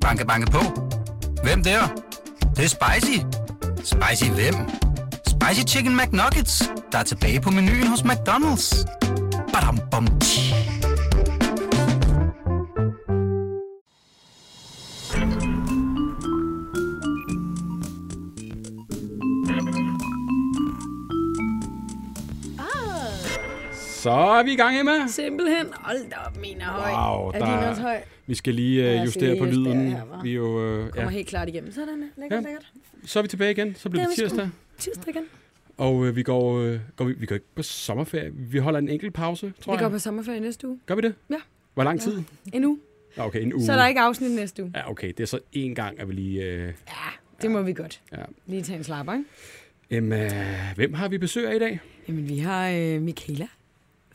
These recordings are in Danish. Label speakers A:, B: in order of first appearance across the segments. A: Banke, banke på. Hvem der? Det, er? det er spicy. Spicy hvem? Spicy Chicken McNuggets, der er tilbage på menuen hos McDonald's. Badum, bom, tji.
B: Så er vi i gang, Emma.
C: Simpelthen. Hold da op, min er høj.
B: Wow,
C: er
B: der-
C: din også høj?
B: Vi skal lige
C: Lad
B: øh,
C: os
B: justere
C: lige
B: på
C: justere
B: lyden.
C: her, hva'?
B: Vi er jo, øh,
C: Kommer
B: ja.
C: helt klart igennem. Sådan, der. lækkert,
B: Ja.
C: lækkert.
B: Så er vi tilbage igen. Så bliver
C: Det
B: det
C: er vi sgu.
B: tirsdag.
C: Tirsdag igen.
B: Og øh, vi, går, øh, går, vi, vi går ikke på sommerferie. Vi holder en enkelt pause, tror
C: Vi
B: jeg.
C: går på sommerferie næste uge.
B: Gør vi det?
C: Ja.
B: Hvor lang
C: Ja.
B: tid?
C: En uge.
B: Ja. Okay, en uge.
C: Uh. Så er der ikke afsnit næste uge.
B: Ja, okay. Det er så én gang, at vi lige... Øh...
C: Ja, det må vi godt.
B: Ja.
C: Lige tage en slapper, ikke?
B: Emma, hvem har vi besøg af i dag?
C: Jamen, vi har øh, Michaela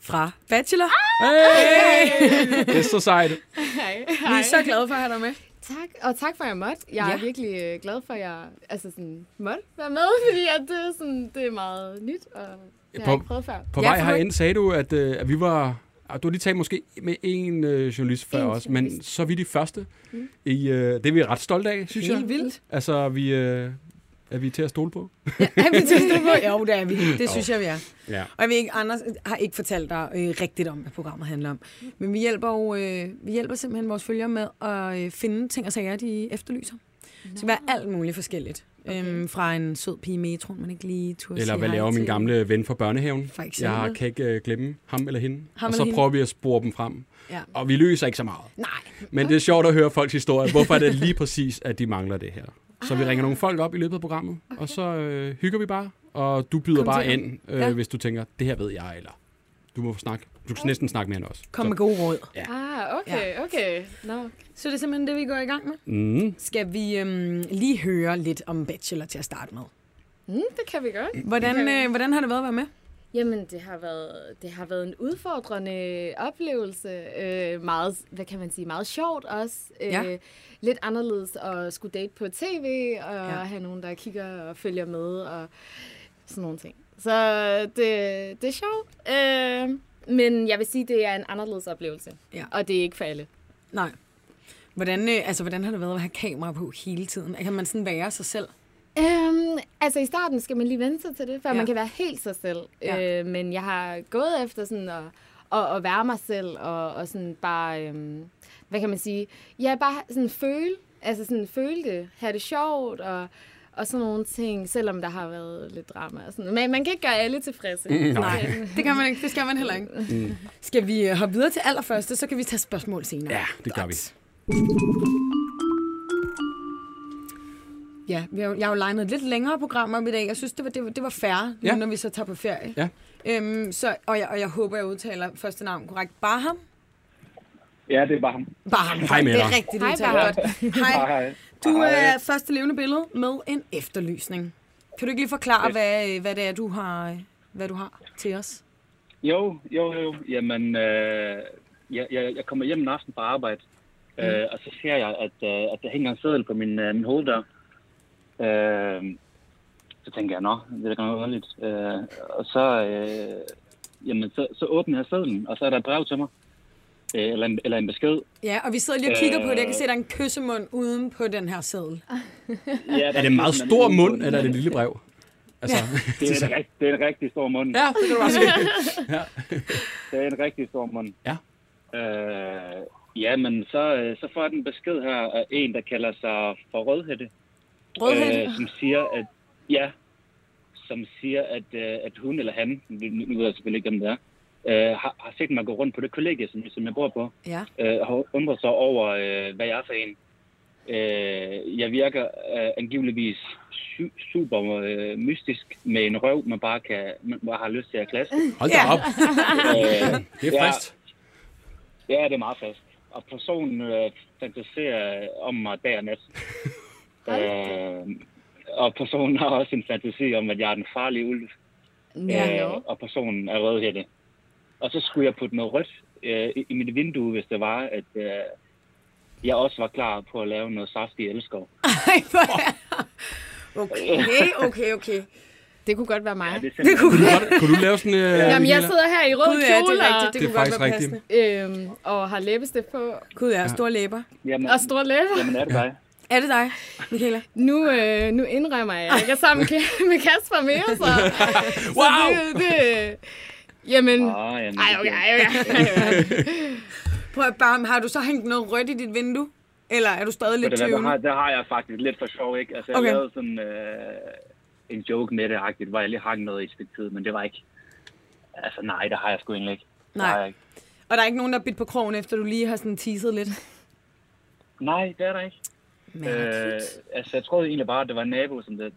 C: fra Bachelor.
B: Ah, Hey! Det er så sejt.
D: Hej.
C: Vi er så glade for at have dig med.
D: Tak, og tak for, at jeg måtte. Jeg er
C: Ja.
D: ja. virkelig øh, glad for, at jeg altså sådan, måtte være med, fordi at det, er sådan, det er meget nyt, og det har
B: På-
D: jeg ikke prøvet før.
B: På
C: Ja,
B: vej
C: for-
B: herind sagde du, at, øh, at vi var... ah, Du har lige talt måske med en øh, journalist før
D: En
B: også, men
D: journalist.
B: så er vi de første.
D: Mm.
B: I, øh, det er vi ret stolte af, synes jeg.
C: Helt vildt.
B: Altså, vi, øh, er vi til at stole på?
C: Er vi tilstået på? Jo, det er vi. Det
B: Jo.
C: synes jeg, vi er.
B: Ja.
C: Og jeg ved ikke, Anders har ikke fortalt dig øh, rigtigt om, hvad programmet handler om. Men vi hjælper, jo, øh, vi hjælper simpelthen vores følgere med at øh, finde ting og sager, de efterlyser. Så det kan være alt muligt forskelligt. Okay. Øhm, fra en sød pige i metroen, man ikke lige turde
B: Eller
C: sige
B: hvad
C: hej
B: laver min
C: til.
B: gamle ven fra børnehaven?
C: For eksempel.
B: Jeg kan ikke øh, glemme ham eller hende.
C: Ham
B: og
C: eller
B: så
C: hende.
B: prøver vi at spore dem frem.
C: Ja.
B: Og vi løser ikke så meget.
C: Nej,
B: Men det er sjovt at høre folks historier. Hvorfor er det lige præcis, at de mangler det her? Så
C: Ah.
B: vi ringer nogle folk op i løbet af programmet, okay. og så øh, hygger vi bare. Og du byder
C: Kom
B: bare
C: til.
B: ind, øh,
C: Ja.
B: ja. hvis du tænker, det her ved jeg, eller du må snakke. Du kan næsten snakke mere end os.
C: kom
B: Så-
C: med gode råd.
B: Ja.
D: Ah, okay, okay. Nå,
C: Så det er simpelthen det, vi går i gang med.
B: Mm.
C: Skal vi øhm, lige høre lidt om Bachelor til at starte med?
D: mm, det kan vi godt.
C: Hvordan, øh, hvordan har det været at være med?
D: Jamen, det har været, det har været en udfordrende oplevelse. Øh, meget, hvad kan man sige, meget sjovt også. Øh,
C: Ja.
D: Lidt anderledes at skulle date på tv, og
C: Ja.
D: ja. have nogen, der kigger og følger med, og sådan nogle ting. Så det, det er sjovt. Øh, men jeg vil sige, det er en anderledes oplevelse.
C: Ja.
D: Og det er ikke for alle.
C: Nej. Hvordan, øh, altså, hvordan har det været at have kamera på hele tiden? Kan man sådan være sig selv?
D: Øhm, altså i starten skal man lige vende sig til det, før
C: Ja.
D: ja. man kan være helt sig selv.
C: Ja.
D: Ja. Øh, men jeg har gået efter sådan at, at, at være mig selv og, og sådan bare, øhm, hvad kan man sige, ja bare sådan føle, altså sådan føle det, have det sjovt og, og sådan nogle ting, selvom der har været lidt drama og sådan Men man kan ikke gøre alle tilfredse.
C: Nej, det kan man ikke. Det skal man heller ikke. Mm. Skal vi øh, hoppe videre til allerførste, så kan vi tage spørgsmål senere.
B: Ja, det gør vi.
C: Ja, vi har, jo- jeg har jo legnet et lidt længere program om i dag. Jeg synes, det var, det var, det var færre, ja.
B: Ja.
C: når vi så tager på ferie.
B: Ja.
C: Øhm, så, og, jeg, og jeg håber, jeg udtaler første navn korrekt. Barham?
E: Ja, det er bare ham.
C: Barham.
B: Hej med
C: Det er
B: dig.
C: rigtigt
D: Hej,
C: udtalt
D: Barham.
C: godt. Hej.
E: Hej.
C: Du
E: Hej.
C: er første levende billede med en efterlysning. Kan du ikke lige forklare, hvad, øh, hvad det er, du har, øh, hvad du har til os?
E: Jo, jo, jo. Jamen, øh, jeg, jeg, jeg kommer hjem en aften fra arbejde, øh, og så ser jeg, at, øh, at der hænger en seddel på min, øh, min hoveddør. Øh, så tænker jeg, nå, det er da noget underligt. Øh, og så, øh, jamen, så, så åbner jeg sædlen, og så er der et brev til mig. Øh, eller, en, eller en besked.
C: Ja, og vi sidder lige og kigger på det. Jeg kan
E: Øh.
C: se, at der er en kyssemund uden på den her seddel.
E: Ja,
B: Er det en meget stor mund, eller er det en lille brev? Altså,
E: Det er, en, rigt- det er en rigtig stor mund.
B: ja, det kan du bare se.
E: Det er en rigtig stor mund.
B: Ja.
E: Øh, ja, men så, øh, så får jeg den besked her af en, der kalder sig for Rødhætte.
C: Rødhætte.
E: Øh, som siger, at... Ja. Som siger, at, øh, at hun eller han, nu, nu nu ved jeg selvfølgelig ikke, hvem det er, øh, har, har set mig gå rundt på det kollegie, som, som jeg bor på,
C: Ja.
E: øh, og har undret sig over, øh, hvad jeg er for en. Øh, jeg virker øh, angiveligvis su- super øh, mystisk med en røv, man bare kan, man bare har lyst til at klasse.
B: Hold da
C: Ja.
B: op.
E: Øh,
B: Det er
E: Ja.
B: frist.
E: Ja, det er meget fast. Og personen øh, fantaserer om mig dag og nat. øh, og personen har også en fantasi om, at jeg er den farlige ulv.
D: Ja.
E: Øh, og personen er rødhætte. Og så skulle jeg putte noget rødt øh, i- i mit vindue, hvis det var, at øh, jeg også var klar på at lave noget saftig elskov.
C: Ej, hvor er- Okay, okay, okay.
D: Det kunne godt være mig.
E: Ja, det er
C: Det
E: simpelthen...
C: kunne
B: Kunne du, godt- kunne du lave sådan... Øh,
D: Jamen, jeg
B: Michaela?
D: sidder her i rød
C: Gud, ja, det
D: kjole
C: er rigtigt. Det,
B: Det er
C: kunne godt
B: faktisk
C: være
B: rigtigt.
C: passende.
D: øhm, og har læbestift på
C: Gud, ja, store læber.
E: Jamen,
D: og store læber.
E: jamen er det dig?
C: Er det dig, Michaela?
D: Nu, øh, nu indrømmer jeg, at jeg er sammen med Ka- med Kasper mere, så, så
B: Wow!
D: det, det, jamen,
E: Åh, Ah, jamen,
D: Mm. ej, okay, ej, okay.
C: Prøv at bare, har du så hængt noget rødt i dit vindue? Eller er du stadig
E: Ved
C: lidt
E: du hvad, der, har,
C: tøvende?
E: der har jeg faktisk lidt for sjov, ikke? Altså, jeg
C: Okay.
E: okay. lavede sådan øh, en joke med det, agtigt, hvor jeg lige hang noget i et stykke tid, men det var ikke... Altså, nej, der har jeg sgu egentlig ikke. Der
C: Nej.
E: har jeg ikke.
C: Og der er ikke nogen, der har bidt på krogen, efter du lige har sådan teaset lidt?
E: Nej, det er der ikke. Øh,
C: Mærkeligt.
E: altså, jeg troede egentlig bare, at det var en nabo, som der,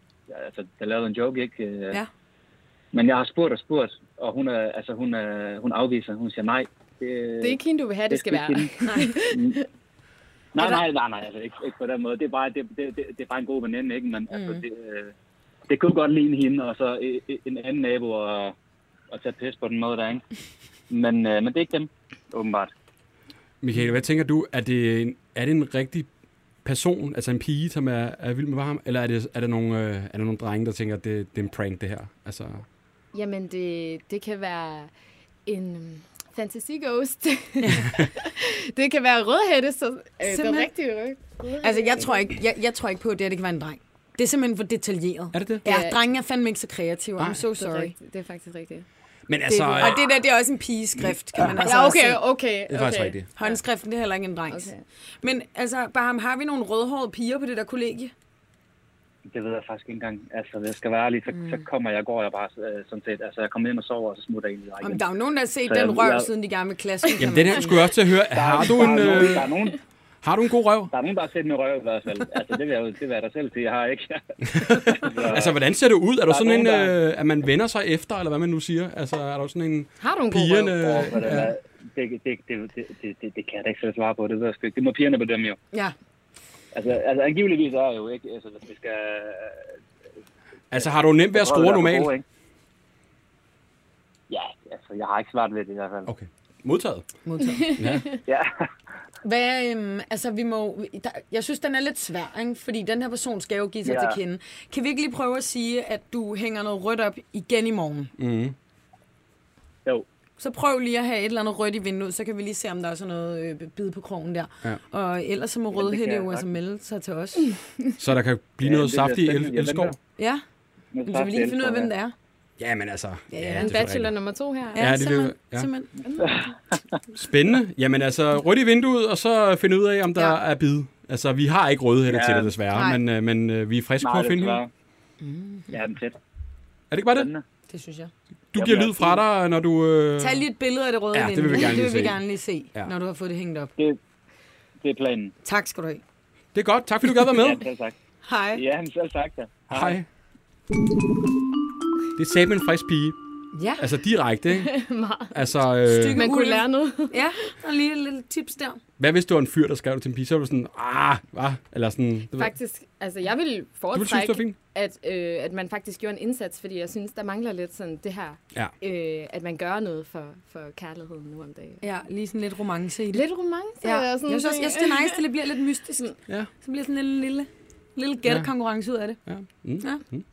E: altså, der lavede en joke, ikke? Øh,
C: Ja.
E: Men jeg har spurgt og spurgt, og hun, er, altså, hun, er, hun afviser. Hun siger nej. Det,
D: det er ikke hende, du vil have, det skal være.
E: Nej. Mm. Nej, nej, nej, nej, altså ikke, ikke på den måde. Det er bare, det, det, det, det er bare en god veninde, ikke? Men mm. altså, det, øh, det kunne godt ligne hende, og så øh, øh, en anden nabo og, og tage pis på den måde der, ikke? Men, øh, men det er ikke dem, åbenbart.
B: Michael, hvad tænker du? Er det en, er det en rigtig person, altså en pige, som er, er vild med ham, eller er det, er det nogle, øh, er det nogle drenge, der tænker, at det, det er en prank, det her? Altså,
D: Jamen, det, det kan være en øhm, fantasy ghost. det kan være rødhætte, så øh, den
C: Simpelthen.
D: rigtige rød.
C: Altså, jeg tror ikke, jeg, jeg tror ikke på, at det, her, det kan være en dreng. Det er simpelthen for detaljeret.
B: er det det?
C: Ja,
D: Ja.
C: drenge er fandme ikke så kreative. I'm so
D: Det er,
C: sorry.
D: rigtigt, det er faktisk rigtigt.
B: Men altså,
C: Det, og det der, det er også en pigeskrift, kan man altså
D: Ja,
C: også
D: okay,
C: se.
D: okay, okay.
B: det er faktisk rigtigt.
C: Håndskriften, det er heller ikke en drengs.
D: Okay.
C: Men altså, Baham, har vi nogle rødhårede piger på det der kollegie?
E: Det ved jeg faktisk ikke engang. Altså, hvis jeg skal være ærlig, så, mm. så kommer jeg, går jeg bare øh, sådan set. Altså, jeg kommer hjem og sover, og så smutter jeg egentlig bare
C: Om
E: igen.
C: der er jo nogen, der har set
E: Så
C: den
E: jeg-
C: røv,
E: jeg-
C: siden de gerne vil klasse.
B: Jamen, den her skulle jeg også til at høre. Har du en,
E: der, er nogen,
B: øh,
E: der, er nogen,
B: har du en god røv?
E: der er nogen, der har set min røv i hvert fald. Altså, det vil jeg, jo- det vil jeg da selv sige, jeg har ikke.
B: Altså, hvordan ser det ud? Er du
E: er
B: sådan en,
E: nogen, der-
B: øh, at man vender sig efter, eller hvad man nu siger? Altså, er du sådan en
D: Har du en god
B: pigerne...
D: røv?
E: Åh, hvad det, er. det, det, det, det, det, det, det kan jeg da ikke selv svare på. Det ved jeg sgu ikke. Det må pigerne bedømme jo.
C: Ja.
E: Altså, altså angiveligvis er jeg jo ikke... Altså, hvis vi skal...
B: Altså, har du nemt ved at score normalt?
E: Gode, ikke? Ja, altså, jeg har ikke svært ved det i hvert fald.
B: Okay. Modtaget.
C: Modtaget.
B: Ja.
E: Ja.
C: Hvad, øhm, altså, vi må, der, jeg synes, den er lidt svær, ikke? fordi den her person skal jo give sig
E: Ja.
C: til kende. Kan vi ikke lige prøve at sige, at du hænger noget rødt op igen i morgen?
B: Mm.
E: Jo.
C: Så prøv lige at have et eller andet rødt i vinduet, så kan vi lige se, om der er sådan noget øh, bid på krogen der.
B: Ja.
C: Og ellers så må
E: kan
C: Rødhætte
E: jeg Mm.
C: jo altså
E: sagtens.
C: melde sig til os.
B: Så der kan blive
E: Ja,
B: noget
E: det bliver
B: saft i
E: spændende.
B: el-
E: Jeg
B: elskov?
E: venter.
C: Ja,
E: Men
C: men så vil vi lige finde ud af, hvem det er.
B: Jamen altså... Ja,
C: ja,
B: det
D: En
B: er selvfølgelig
D: bachelor nummer to her.
C: Ja,
B: Ja,
C: ja
B: det
C: det
B: vil-
C: simpelthen.
B: ja.
C: simpelthen.
B: Spændende. Jamen altså, rødt i vinduet, og så finde ud af, om der
C: Ja.
B: ja. er bid. Altså, vi har ikke røde hænder ja.
E: Ja.
B: til det, desværre,
C: Nej.
B: men, øh, men øh, vi er friske på
E: Nej,
B: at
E: det
B: finde
E: er
B: hende.
E: svært.
C: Mm.
E: Ja, den tæt.
B: Er det ikke bare det?
E: Spændende.
C: Det synes jeg.
B: Du
E: Jamen,
B: giver
E: jeg
B: lyd
E: er
B: fra dig, når du... Øh...
C: Tag lige et billede af det røde
B: Ja, det vil vi
C: vindue.
B: gerne lige
C: det vil vi
B: se.
C: gerne lige se,
B: Ja.
C: ja. når du har fået det hængt op.
E: Det, det er planen.
C: Tak skal du have.
B: Det er godt. Tak, fordi du gad være
E: Ja,
B: med.
E: selv sagt.
C: Hej.
E: Ja, men selv sagt det.
B: Hej. Det er sammen en frisk pige.
C: Ja.
B: Altså direkte, ikke?
D: Meget.
B: Altså, øh,
C: Stykke.
D: Man kunne
C: Ulf.
D: lære noget.
C: Ja, og lige et lille tips der.
B: hvad hvis du var en fyr, der skrev det til en pige? Så var du sådan, ah, hvad? Eller sådan... Det ved,
D: Faktisk, altså jeg ville
B: du ville synes, det var
D: foretrække,
B: fint.
D: at, øh, at man faktisk gjorde en indsats, fordi jeg synes, der mangler lidt sådan det her,
B: Ja.
D: øh, at man gør noget for, for kærligheden nu om dagen.
C: Ja, lige sådan lidt øh, romance i det.
D: Lidt romance
C: Ja.
D: og
C: Jeg
D: sådan
C: synes, også, jeg synes, det er nice, at det bliver lidt mystisk.
B: Ja.
C: Så bliver sådan en lille, lille, lille gættekonkurrence ud af det.
B: Ja. Mm.
C: Ja.
B: ja. Mm.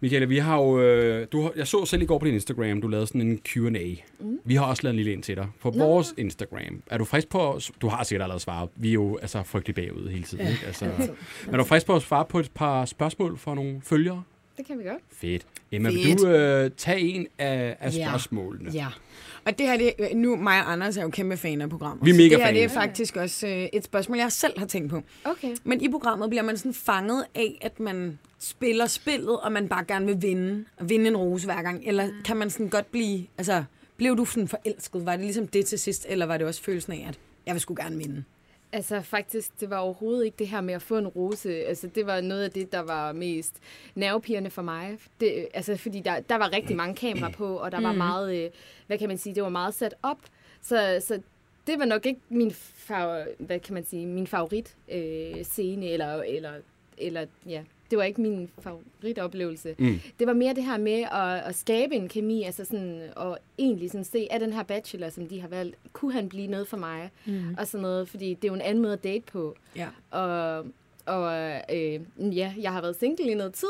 B: Michaela, vi har jo, øh, du, har- jeg så selv i går på din Instagram, du lavede sådan en Q&A. Mm. Vi har også lavet en lille ind til dig på Nå. vores Instagram. Er du frisk på at, du har sikkert allerede svaret, vi er jo altså frygtelig bagud hele tiden. Ja. Ikke? Altså, men er du frisk på at svare på et par spørgsmål fra nogle følgere?
D: Øh, Det kan vi godt.
B: Fedt. Emma, vil
C: Fedt.
B: du øh, tage en af, af
C: Ja.
B: spørgsmålene?
C: Ja. Og det her, det, nu mig og Anders er jo kæmpe faner af programmet.
B: Vi er
C: så
B: mega
C: det her det er
B: fan.
C: faktisk også øh, et spørgsmål, jeg selv har tænkt på.
D: Okay.
C: Men i programmet bliver man sådan fanget af, at man spiller spillet, og man bare gerne vil vinde, og vinde en rose hver gang. Eller kan man sådan godt blive, altså, blev du sådan forelsket? Var det ligesom det til sidst, eller var det også følelsen af, at jeg vil sgu gerne vinde?
D: Altså faktisk, det var overhovedet ikke det her med at få en rose. Altså det var noget af det, der var mest nervepirrende for mig. Det, altså fordi der, der var rigtig mange kameraer på, og der
C: Mm.
D: var meget, øh, hvad kan man sige, det var meget sat op. Så, så det var nok ikke min, fa- hvad kan man sige, min favorit øh, scene, eller, eller, eller ja, det var ikke min favoritoplevelse. Mm. Det var mere det her med at, at skabe en kemi, altså sådan, og egentlig sådan se, er den her bachelor, som de har valgt, kunne han blive noget for mig? Mm. Og sådan noget, fordi det er jo en anden måde at date på.
C: Ja.
D: Og, og øh, ja, jeg har været single i noget tid,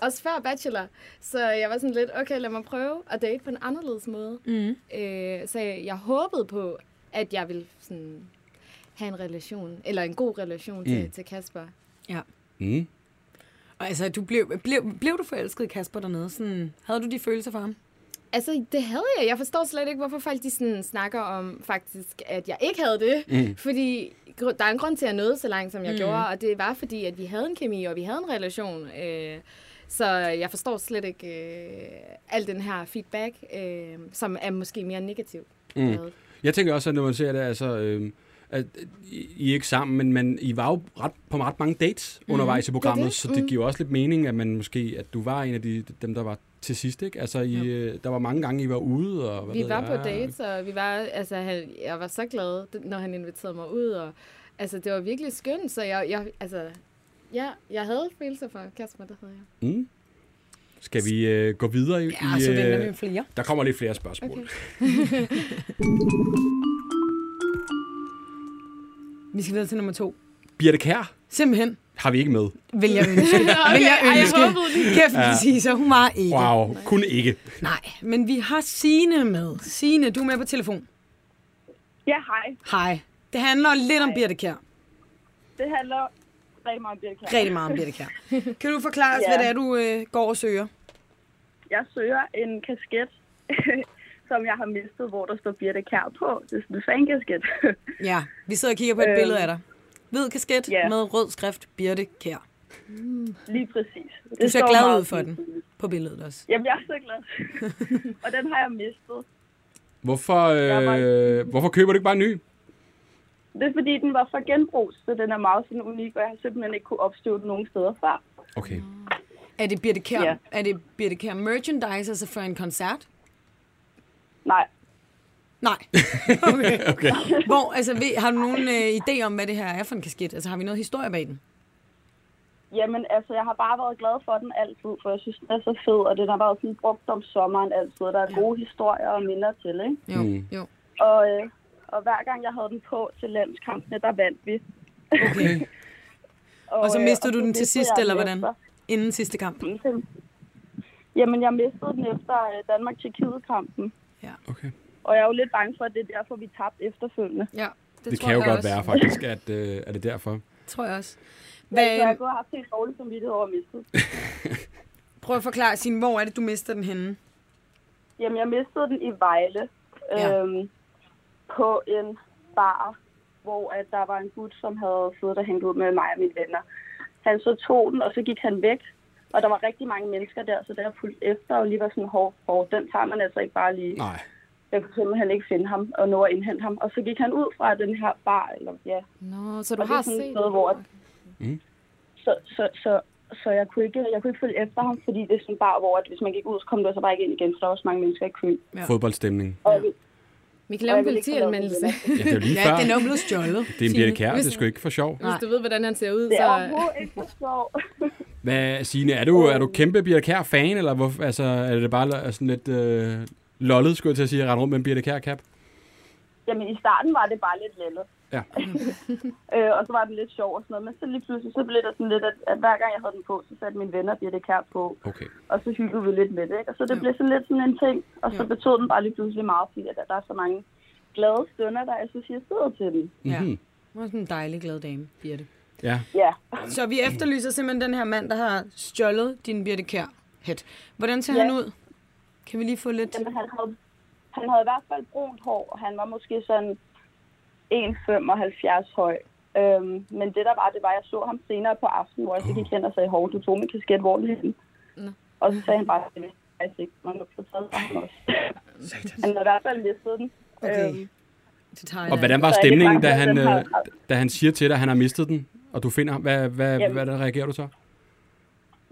D: Også før bachelor. Så jeg var sådan lidt, okay, lad mig prøve at date på en anderledes måde.
C: Mm.
D: Øh, så jeg, jeg håbede på, at jeg ville sådan, have en relation, eller en god relation mm. til, til Kasper.
C: Ja.
B: Mm.
C: Og altså, du blev, blev, blev du forelsket i Kasper dernede? Sådan, havde du de følelser for ham?
D: Altså, det havde jeg. Jeg forstår slet ikke, hvorfor folk de sådan snakker om faktisk, at jeg ikke havde det. Mm. Fordi gr- der er en grund til, at jeg nåede så langt, som jeg mm. gjorde, og det var fordi, at vi havde en kemi, og vi havde en relation. Øh, så jeg forstår slet ikke øh, al den her feedback, øh, som er måske mere negativ. Mm.
B: Jeg tænker også, at når man ser det, altså, øh, at I I er ikke sammen, men man, I var jo ret, på ret mange dates
C: Mhm.
B: mm. undervejs i programmet, det
D: det.
B: det. så det giver også lidt mening, at man måske, at du var en af de, dem, der var til sidst, ikke? Altså, I, øh, der var mange gange, I var ude, og hvad
D: Vi
B: ved
D: var
B: jeg,
D: på dates, og vi var, altså, han, jeg var så glad, d- når han inviterede mig ud, og altså, det var virkelig skønt, så jeg, jeg altså, ja, jeg havde følelser for Kasper, det havde jeg.
B: Mm. Skal vi øh, gå videre? I,
C: Ja, og så
B: i, øh,
C: venter vi med flere.
B: Der kommer lidt flere spørgsmål. Okay.
D: Okay.
C: Vi skal videre til nummer to.
B: Birte Kær
C: Simpelthen
B: har vi ikke med.
C: vil jeg ønske. okay, vil jeg
D: ej, jeg
C: ønske.
D: håbede det.
C: Kæft, ja. sige, så hun var ikke.
B: Wow, kun ikke.
C: Nej, men vi har Sine med. Sine, du er med på telefon.
F: Ja, hej.
C: Hej. Det handler lidt om Birte Kjær.
F: Det handler rigtig meget om Birkær.
C: Rigtig meget om Birte Kjær. Kan du forklare os,
F: Ja.
C: hvad det er, du øh, går og søger?
F: Jeg søger en kasket, som jeg har mistet, hvor der står Birte Kær på. Det er sådan en fankasket.
C: Ja, vi sidder og kigger på et
F: Øhm.
C: billede af dig. Hvid kasket
F: Ja.
C: med rød skrift, Birte Kjær.
F: Lige præcis. Det
C: Du ser
F: står
C: glad
F: meget
C: ud for
F: fint.
C: den på billedet også.
F: Jamen, jeg er så glad. og den har jeg mistet.
B: Hvorfor, øh, hvorfor køber du ikke bare en ny?
F: Det er fordi, den var fra genbrug, så den er meget sådan unik, og jeg har simpelthen ikke kunne opstøve den nogen steder før.
B: Okay.
C: Er det Birte Kjær,
F: Ja.
C: er det Birte Kjær merchandise, altså for en koncert?
F: Nej,
C: Nej. Okay. okay. Hvor, altså, ved- har du nogen øh, idé om, hvad det her er for en kasket? Altså, har vi noget historie bag den?
F: Jamen, altså, jeg har bare været glad for den altid, for jeg synes, den er så fed, og den har været sådan brugt om sommeren altid, og der er gode historier og minder til, ikke?
C: Jo, mm. jo.
F: Og, øh, og hver gang jeg havde den på til landskampene, der vandt vi.
C: Okay. Og så
F: øh,
C: mistede du
F: så
C: den til
F: mistede
C: sidst,
F: jeg
C: eller
F: den
C: hvordan?
F: efter-
C: Inden sidste kamp.
F: Jamen, jeg mistede den efter øh, Danmark-Tjekkiet-kampen,
B: okay.
F: og jeg er jo lidt bange for, at det er derfor, vi tabte efterfølgende.
C: Ja, det,
B: Det
C: tror
B: kan jo
C: jeg
B: godt
C: også.
B: være faktisk, at øh, er det derfor.
C: Tror jeg også.
F: Men... Så jeg
C: Hvad,
F: har gået og haft helt dårlig samvittighed over at miste den.
C: prøv at forklare, Signe, hvor er det, du mister den henne?
F: Jamen, jeg mistede den i Vejle
C: Ja.
F: øhm, på en bar, hvor at der var en gut, som havde siddet og hængt ud med mig og mine venner. Han så tog den, og så gik han væk. Og der var rigtig mange mennesker der, så der jeg fulgte efter og lige var sådan, hov, hov, den tager man altså ikke bare lige.
B: Nej.
F: Jeg kunne simpelthen ikke finde ham og nå at indhente ham. Og så gik han ud fra den her bar, eller ja,
D: Nå, så du
F: og det
D: har
F: er sådan et
D: set
F: sted, hvor... Så, så, så, så jeg, kunne ikke, jeg kunne ikke følge efter ham, fordi det er sådan en bar, hvor at hvis man gik ud, så kom du altså bare ikke ind igen, for der var så mange mennesker i kø.
C: Ja.
B: Fodboldstemning.
F: Og ja.
D: Vi kan lave en
F: Og jeg vil ikke forlade
D: politianmeldelse.
F: det.
B: Ja, det er jo lige før.
C: Ja, den er jo blevet stjålet.
B: Det er en
D: Signe.
B: Birte Kær, det er
D: Hvis-
B: sgu ikke for sjov.
D: Hvis du ved, hvordan han ser ud,
F: det
D: så...
F: er overhovedet ikke for sjov.
B: Hvad, Signe, er du, er du kæmpe Birte Kær-fan, eller hvor, altså, er det bare er sådan lidt øh, lollet, skulle jeg til at sige, at rende rundt med en Birte Kær-cap?
F: Jamen, i starten var det bare lidt lettet.
B: Ja.
F: øh, og så var den lidt sjov og sådan noget. Men så lige pludselig, så blev det sådan lidt, at, at hver gang jeg havde den på, så satte mine venner Birte Kær på.
B: Okay.
F: Og så hyggede vi lidt med det, ikke? Og så det blev sådan lidt sådan en ting. Og så
C: Jo.
F: betød den bare lige pludselig meget, fordi at der er så mange glade stunder, der associerer steder til den.
C: Ja.
B: Mhm.
C: Hun er sådan en dejlig, glad dame, Birte.
B: Ja.
F: Ja.
C: Så vi efterlyser simpelthen den her mand, der har stjålet din Birte Kjær hat. Hvordan ser
F: Ja.
C: han ud? Kan vi lige få lidt...
F: Jamen, han havde, han havde i hvert fald brunt hår, og han var måske sådan 1,75 høj. Øhm, men det der var, det var, at jeg så ham senere på aftenen, hvor jeg så gik hen og sagde, hov, du tog min kasket, hvor er den henne? Og så sagde han bare, det vidste jeg faktisk ikke, man var taget fra ham også. Han havde i hvert fald mistet den.
C: Okay.
F: Øhm,
C: Det tager jeg
B: Og hvordan var
F: Så er det
B: stemningen, da
F: bare, at
B: han,
F: den har-
B: øh, da han siger til dig, at han har mistet den, og du finder ham? Hvad, hvad,
F: Jamen.
B: hvad der reagerer du så?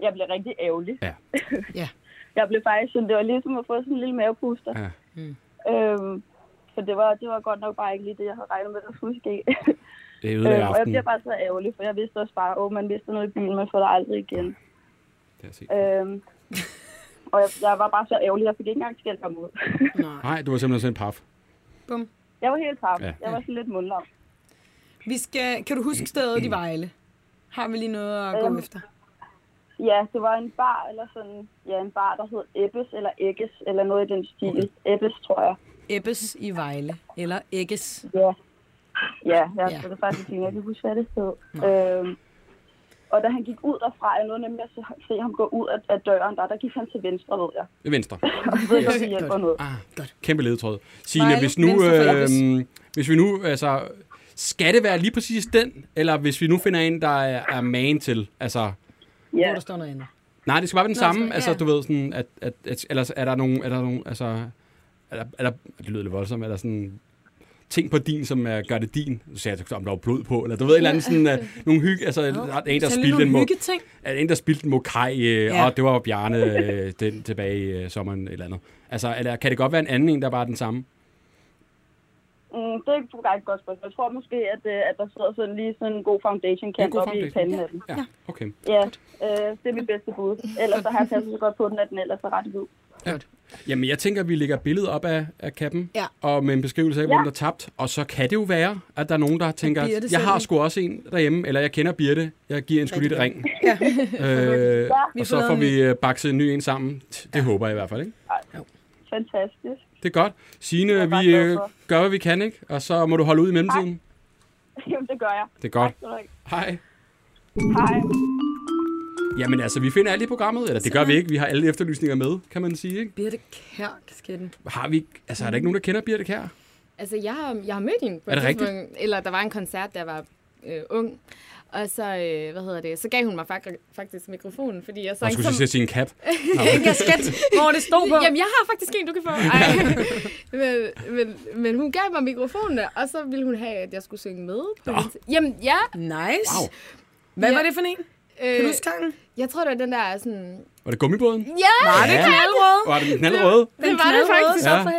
F: jeg blev rigtig ærgerlig.
B: Ja.
C: Ja.
F: Jeg blev faktisk sådan, det var ligesom at få sådan en lille mavepuster.
B: Ja.
F: Øhm, for det var, det var godt nok bare ikke lige det, jeg havde regnet med, der skulle ske.
B: Det
F: Øh,
B: ødelægger
F: og jeg
B: aftenen.
F: bliver bare så ærgerlig, for jeg vidste også bare, at man mister noget i byen, man får det aldrig igen.
B: Det har jeg set.
F: Øhm, og jeg, jeg, var bare så ærgerlig, jeg fik ikke engang skældt ham ud.
B: Nej, du var simpelthen sådan en paf.
C: Bum.
F: jeg var helt tabt.
B: Ja.
F: Ja. Jeg var sådan lidt mundlam.
C: Vi skal... Kan du huske stedet i Vejle? Har vi lige noget at gå
F: Øhm.
C: efter?
F: Ja, det var en bar, eller sådan, ja, en bar, der hed Ebbes eller Ægges, eller noget i den stil. Ebbes, tror jeg.
C: Ebbes i Vejle, eller Ægges.
F: Ja. Ja, jeg
C: Ja.
F: ja. det faktisk ikke, jeg kan huske, hvad det hed. Øhm, og da han gik ud derfra, jeg nåede nemlig at se- se ham gå ud af, af døren der, der gik han til venstre, ved jeg.
B: Det er venstre.
F: Og jeg ved ikke, om det hjælper noget.
B: Ah,
C: Godt.
B: Kæmpe ledetråd. Signe,
C: Vejle,
B: hvis nu,
C: venstre for
B: øh, hvis vi nu, altså, skal det være lige præcis den, eller hvis vi nu finder en, der er, er man til, altså,
C: Ja.
F: Ja,
C: Hvor der står noget andet.
B: nej, det skal bare være den samme,
C: så-
B: altså,
C: ja.
B: du ved, sådan, at, at, at ellers er der nogen, er der nogen, altså, er der, er der, det lyder lidt voldsomt, er der sådan, ting på din, som er, gør det din, så siger jeg, om der var blod på, eller du ved, et eller andet sådan, uh, nogle hygge, altså, der er en, der
C: Så lige
B: spildte en
C: nogle
B: mok,
C: hyggeting.
B: er der en, der spildte en mokai, øh,
C: Ja.
B: ja. og det var jo Bjarne øh, den, tilbage i øh, sommeren, et eller andet. Altså, eller, kan det godt være en anden en, der bare er den samme?
F: mm, det er faktisk et godt spørgsmål. Jeg tror måske, at, øh, at der sidder sådan lige sådan en god foundation
B: En
F: kant
B: god
F: op i
B: foundation.
F: panden af den.
B: Ja, okay.
F: Ja, øh, det er mit bedste bud. Ellers så har jeg passet så godt på den, at den ellers er ret hvid.
B: Jamen, jeg tænker, at vi lægger billedet op af, af kappen,
C: Ja.
B: og med en beskrivelse af, ja. hvem der tabte. Og så kan det jo være, at der er nogen, der tænker,
C: Birte
B: at jeg
C: selv.
B: har sgu også en derhjemme, eller jeg kender Birte, jeg giver en sgu lige et ring. Ja. Øh,
F: Vi
B: og så
C: får lavet
B: får
C: en
B: vi øh, bakset en ny en sammen. Det ja. håber jeg i hvert fald, ikke?
F: Fantastisk.
B: Det er godt.
F: Jeg er
B: Signe,
F: bare
B: vi
F: glad
B: øh,
F: for.
B: gør, hvad vi kan, ikke? Og så må du holde ud i mellemtiden.
F: Jamen, det gør jeg.
B: Det er godt.
F: Så er der ikke-
B: Hej.
F: Hej.
B: Jamen altså, vi finder alt i programmet. Eller det gør vi ikke. Vi har alle efterlysninger med, kan man sige, ikke?
C: Birte Kjær, kasketten.
B: Har vi, ikke- altså, er der ikke nogen, der kender Birte Kær?
D: Altså, jeg har, jeg har mødt hende på
B: Er det
D: et
B: rigtigt?
D: tidspunkt. Eller der var en koncert, der var øh, ung. Og så, øh, hvad hedder det, så gav hun mig fak- faktisk mikrofonen, fordi jeg
B: Jeg
D: sang
B: skulle lige til at sige en kap.
C: En kasket, hvor det stod på.
D: Jamen, jeg har faktisk en, du kan få. Ej. men, men, men hun gav mig mikrofonen, og så ville hun have, at jeg skulle synge med. På hendes... Jamen, ja.
C: Nice.
B: Wow.
C: Hvad
D: Ja.
C: var det for en? Kan du
D: Øh,
C: huske sangen?
D: jeg tror, det var den der sådan...
B: Var det gummibåden?
D: Ja!
B: Var det
D: knaldrød?
B: Var det den knaldrøde?
D: Det var det faktisk.
B: så Ja. for